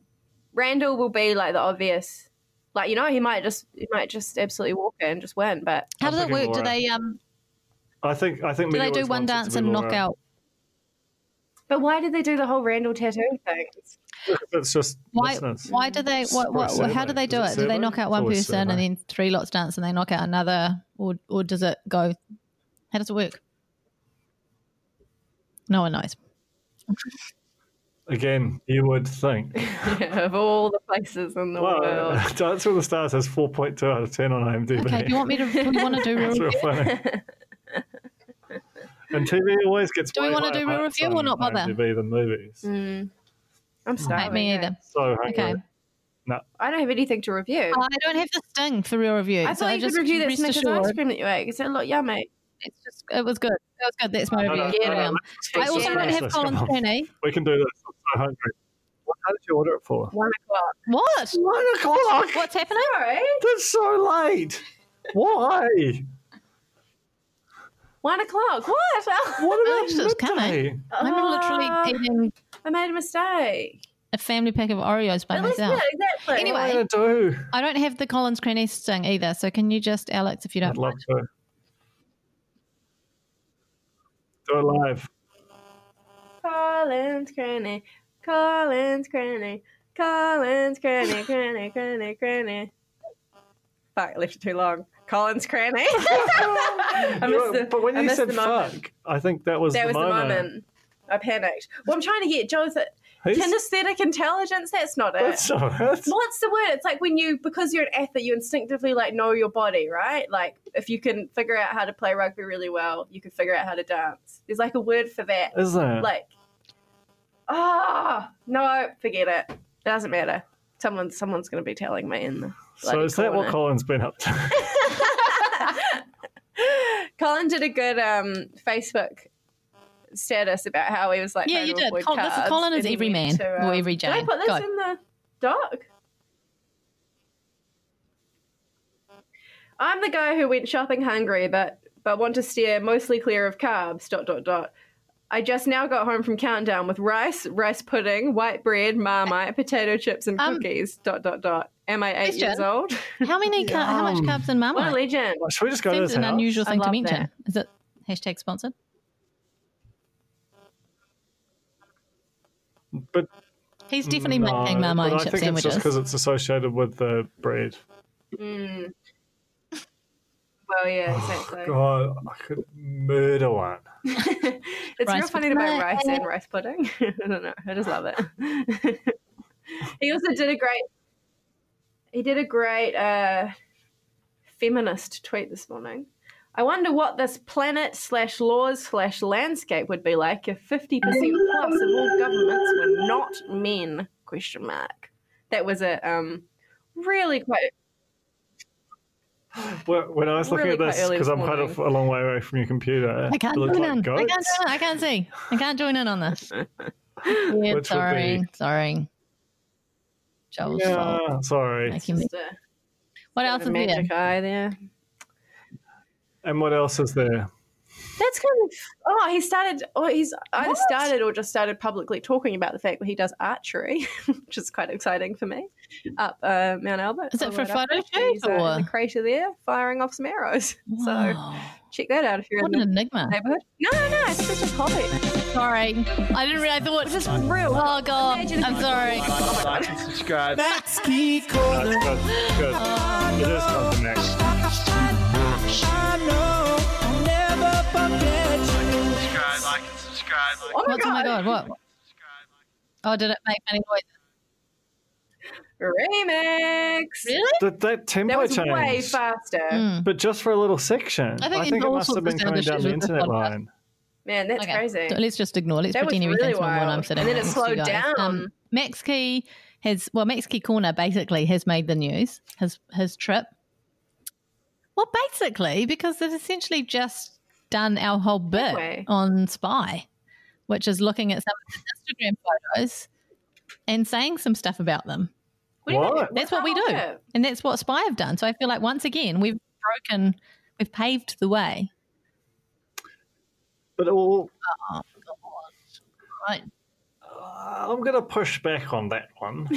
C: Randall will be like the obvious. Like you know, he might just he might just absolutely walk it and just win. But
E: How
D: I'm
E: does it
D: picking
E: work? Do
D: Laura.
E: they um
D: I think I think.
E: do they
D: Media
E: do
D: Works
E: one
D: wants it to
E: dance
D: be
E: and
D: Laura.
E: knock out?
C: but why did they do the whole Randall tattoo thing?
D: It's just
E: Why
D: listeners.
E: why do they what,
D: Or a
E: what, how do
D: survey.
E: they do
D: Is
E: it?
D: it
E: Do they
D: survey?
E: knock out
D: It's
E: one
D: always
E: person and
D: survey.
E: then three lots dance and they knock out another or or does it go how does it work? No one knows.
D: Again, you would think.
C: of all the places in the world.
D: Well, Dance with the Stars has 4.2 out of 10 on IMDb.
E: Okay, do you want me to do we want to do real
D: It's real
E: review?
D: funny. and TV always gets
E: Do we
D: way
E: wanna
D: higher
E: do real
D: marks
E: review or
D: on
E: not bother?
D: IMDb than movies.
C: Mm. I'm
E: Right,
C: starving.
E: me
C: yeah.
E: either.
D: So hungry.
E: Okay.
C: I don't have anything to review.
E: Oh, I don't have the sting for real review.
C: I
E: so
C: thought
E: I
C: you
E: just
C: could review that
E: rest
C: Snickers ice
E: assured-
C: cream that you ate. It's a lot yummy.
E: It's just it was good. It was good. That's my
D: No, no,
E: review.
D: no,
E: Carry
D: no,
E: on.
D: let's-
E: I
D: let's
E: also
D: just
E: don't
D: finish
E: have
D: this,
E: Colin
D: come on.
E: Trini.
D: We can do this. I'm so hungry. What how did you order it for?
C: One o'clock.
E: What?
D: One o'clock.
E: What's happening?
C: Sorry.
D: That's so late. Why?
C: One o'clock. What?
D: What about
E: Lunch is coming.
D: midday?
E: I'm
C: Ah,
E: literally eating
C: I made a mistake.
E: a family pack of Oreos by
C: At least, yeah,
E: myself.
C: exactly.
D: What
E: Anyway.
D: am I going to do?
E: I don't have the Collins Cranny sting either, so can you just, Alex, if you
D: I'd
E: don't
D: love to. Do it live.
C: Collins Cranny, Collins Cranny, Collins Cranny, Cranny, Cranny, Cranny. Fuck, I left it too long. Collins Cranny. I
D: You-
C: missed the,
D: but when
C: I
D: you
C: missed
D: said
C: the moment.
D: fuck, I think that was
C: That
D: the
C: was
D: moment.
C: the moment. I panicked. Well, I'm trying to get Joe's
D: He's-
C: kinesthetic intelligence. That's not it.
D: That's all right.
C: What's the word? It's like when you, because you're an athlete, you instinctively like know your body, right? Like if you can figure out how to play rugby really well, you can figure out how to dance. There's like a word for that.
D: Isn't it?
C: Like ah, no, forget it. Doesn't matter. Someone, someone's going to be telling me in the.
D: So
C: bloody
D: is that what
C: corner.
D: Colin's been up to?
C: Colin did a good um, Facebook status about how he was like,
E: Yeah,
C: trying
E: you
C: to
E: did.
C: avoid
E: Col- this is
C: carbs,
E: Colin is
C: and he
E: every
C: went
E: man,
C: to, um,
E: or every
C: Did I
E: Jane.
C: put this
E: Go.
C: in the doc? I'm the guy who went shopping hungry, but but want to steer mostly clear of carbs. Dot dot dot. I just now got home from countdown with rice, rice pudding, white bread, marmite, potato chips, and
E: Um,
C: cookies. Dot dot dot. Am I eight
E: question.
C: years old?
E: How many? Car- how much
D: Yum.
E: carbs in
C: What a
E: Marmite?
C: legend!
D: Should we just go to
E: Seems
D: this
E: an
D: house?
E: unusual
C: I
E: thing to
C: love
E: mention. Is it hashtag sponsored?
D: But
E: He's definitely
D: Mm, no,
E: making Marmite
D: but
E: and
D: I
E: chip
D: think it's just
E: sandwiches.
D: because it's associated with the bread.
C: Mm. Well, yeah, exactly.
D: Oh, God, I could murder one.
C: It's
E: Rice
C: real
E: with
C: funny to buy
E: rice.
C: rice and rice pudding. I don't know. I just love it. he also did a great. He did a great uh, feminist tweet this morning. I wonder what this planet slash laws slash landscape would be like if fifty percent plus of all governments were not men? Question mark. That was a um, really quite
D: When when I was looking
C: Really
D: at this,
C: quite early
D: because
C: this
D: I'm quite a,
C: morning.
D: a long way away from your computer,
E: I can't
D: it
E: join
D: looked like
E: in. I can't
D: goats.
E: join in. I can't see. I can't join in on this. Yeah,
D: would
E: sorry,
D: be-
E: sorry. Joel's fault.
D: Yeah, sorry.
E: Making me-
C: just a,
E: What else
C: a
E: is there?
C: magic eye there.
D: And what else is there?
C: That's kind of oh, he started. Oh, he's either started or just started publicly talking about the fact that he does archery, which is quite exciting for me. Up uh, Mount Albert,
E: Is it
C: all the
E: for
C: way up
E: photo
C: there. He's,
E: shoot
C: uh, in
E: or-
C: the crater there, firing off some arrows?
E: Wow.
C: So check that out if you're
E: What
C: in
E: an
C: the
E: enigma.
C: neighborhood. No, no, no, it's just a hobby.
E: Sorry. I didn't realize the word.
C: It's real.
E: Oh, God. I'm sorry.
J: Like and subscribe.
D: No, it's good. it's good. It is something next.
J: Subscribe, like and subscribe. Like
C: Oh my
E: What's oh my god? What? Oh, did it make any noise?
C: Remix.
E: Really?
D: That, that tempo
C: That was
D: change.
C: way faster.
E: Mm.
D: But just for a little section.
E: I
D: I
E: think
D: think,
E: it's
D: it
E: all
D: must
E: sorts
D: have
E: of
D: been coming down
E: sound
D: the
E: issues with
D: internet
E: the podcast.
D: line.
C: Man, that's
E: Okay.
C: crazy.
E: So let's just ignore. Let's
C: That was
E: pretend
C: really
E: everything's normal when I'm
C: wild.
E: sitting.
C: And then it
E: next to you
C: slowed
E: guys. Um,
C: down.
E: Max Key has well, Max Key Corner basically has made the news. His his trip. Well, basically because they've essentially just done our whole bit
C: Segue.
E: on Spy, which is looking at some of his Instagram photos and saying some stuff about them.
C: What do you mean?
D: What?
E: That's what we do.
C: What's wrong with it?
E: And that's what Spy have done. So I feel like once again, we've broken, we've paved the way.
D: But all,
E: Right.
D: I'm going to push back on that one.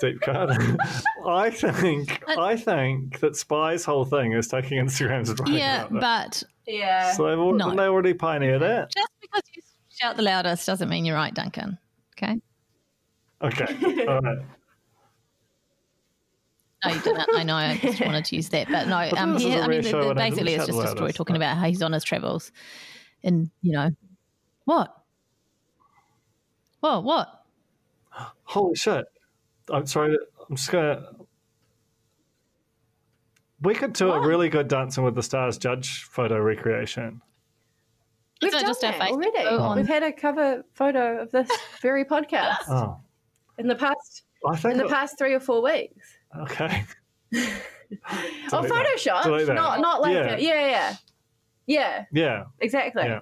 D: Deep cut. I think I think that Spy's whole thing is taking Instagram's advice.
E: Yeah, but
C: Yeah.
D: so they've al-
E: No.
D: they already pioneered it.
E: just because you shout the loudest doesn't mean you're right, Duncan. Okay.
D: Okay, all right.
E: No, you didn't. I know. I just wanted to use that, but no.
D: But
E: Um,
D: this is
E: yeah,
D: a
E: I
D: rare
E: mean, the,
D: show
E: the,
D: and I didn't
E: basically, it's
D: shout
E: just a
D: the
E: story
D: loudest,
E: talking
D: but-
E: about how he's on his travels, and you know, what? Well, what?
D: Holy shit! I'm sorry. I'm just gonna. We could do a really good Dancing with the Stars judge photo recreation.
C: We've
E: It's
C: done
E: not just our
C: that
E: face
C: already.
E: photo on-
C: We've had a cover photo of this very podcast
D: Oh,
C: in the past
D: I
C: in
D: think.
C: the past three or four weeks.
D: okay.
C: Oh,
D: Delete that.
C: Photoshop,
D: Delete that.
C: not not like
D: Yeah.
C: a- yeah, yeah, yeah,
D: Yeah,
C: exactly.
D: yeah.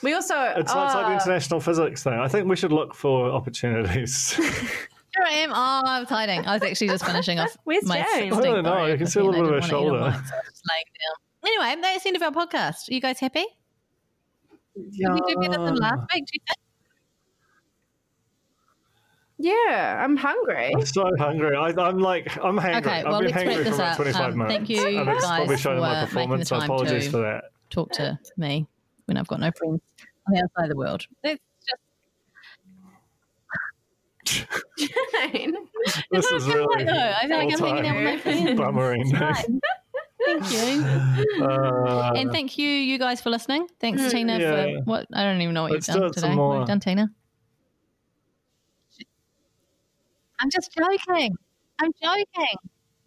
C: We also
D: It's, it's
E: Ah.
D: like the
C: oh,
D: international physics thing. I think we should look for opportunities.
E: Here I am. Oh, I was hiding. I was actually just finishing off
C: Where's
E: my
C: James?
E: sixteenth
D: I don't know.
E: Oreo
D: You can see a
E: cookie
D: little
E: and I
D: bit of
E: didn't
D: her
E: wanna eat it
D: shoulder.
E: all, so I was just laying down. Anyway, that's the end of our podcast. Are you guys happy? Did we do better than
D: Ah.
E: last week? Do you think?
C: yeah. I'm hungry.
D: I'm so hungry. I, I'm like, I'm hangry.
E: Okay,
D: I've
E: well,
D: been
E: let's
D: hangry
E: wrap
D: for
E: this
D: about
E: up.
D: 25
E: Um,
D: minutes.
E: thank you
D: And it's probably
E: guys
D: shown in
E: for
D: my
E: making the
D: performance, so
E: time
D: apologies
E: to-
D: for that.
E: Talk to me when I've got no friends on the outside of the world. That's just
C: Jane.
D: This
E: I
D: is
E: feel
D: really
E: like, though, I feel like I'm hanging out with my friends.
D: Bummering.
E: fine. Thank you.
D: Uh,
E: And thank you, you guys, for listening. Thanks, Tina,
D: Mm, Yeah.
E: for what? I don't even know what
D: Let's
E: you've
D: do
E: done
D: it some
E: today. What
D: more.
E: have you done, Tina? I'm just joking. I'm joking.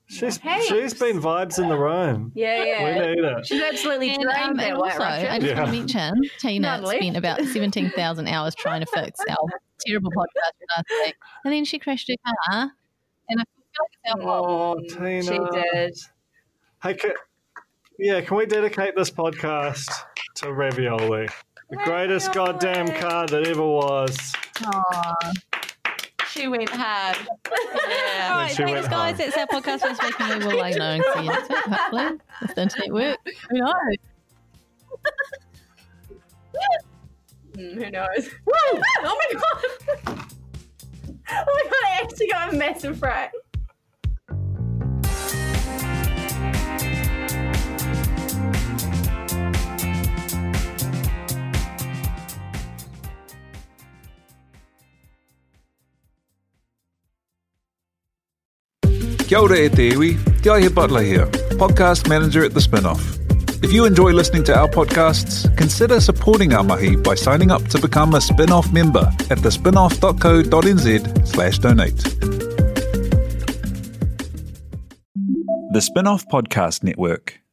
D: She's
C: Hey.
D: she's been vibes in the room.
C: Yeah, yeah.
D: We need it.
C: She's absolutely
E: And,
C: drained
E: um,
C: that
E: and
C: white
E: also, I
C: Russian.
E: just want to
D: Yeah.
E: mention Tina
C: Natalie.
E: spent about 17,000 hours trying to fix our terrible podcast last week. And then she crashed her car. And I feel like it's our fault.
D: Oh,
C: Mm,
D: Tina.
C: She did.
D: Hey, can, yeah, can we dedicate this podcast to Ravioli, the greatest
C: Ravioli.
D: goddamn car that ever was?
G: She went hard.
E: All
G: Yeah.
E: right,
D: she
E: thanks,
D: went
E: guys.
D: home.
E: That's our podcast for this week. And we will like knowing for you next week, hopefully. If the internet works. Who knows?
C: Mm, who knows? Woo! Oh my god! Oh my god! I actually got a massive fright.
A: Kia ora e te iwi, Te Aihe Butler here, podcast manager at The Spinoff. If you enjoy listening to our podcasts, consider supporting our mahi by signing up to become a spin-off member at thespinoff.co.nz slash donate. The Spinoff Podcast Network.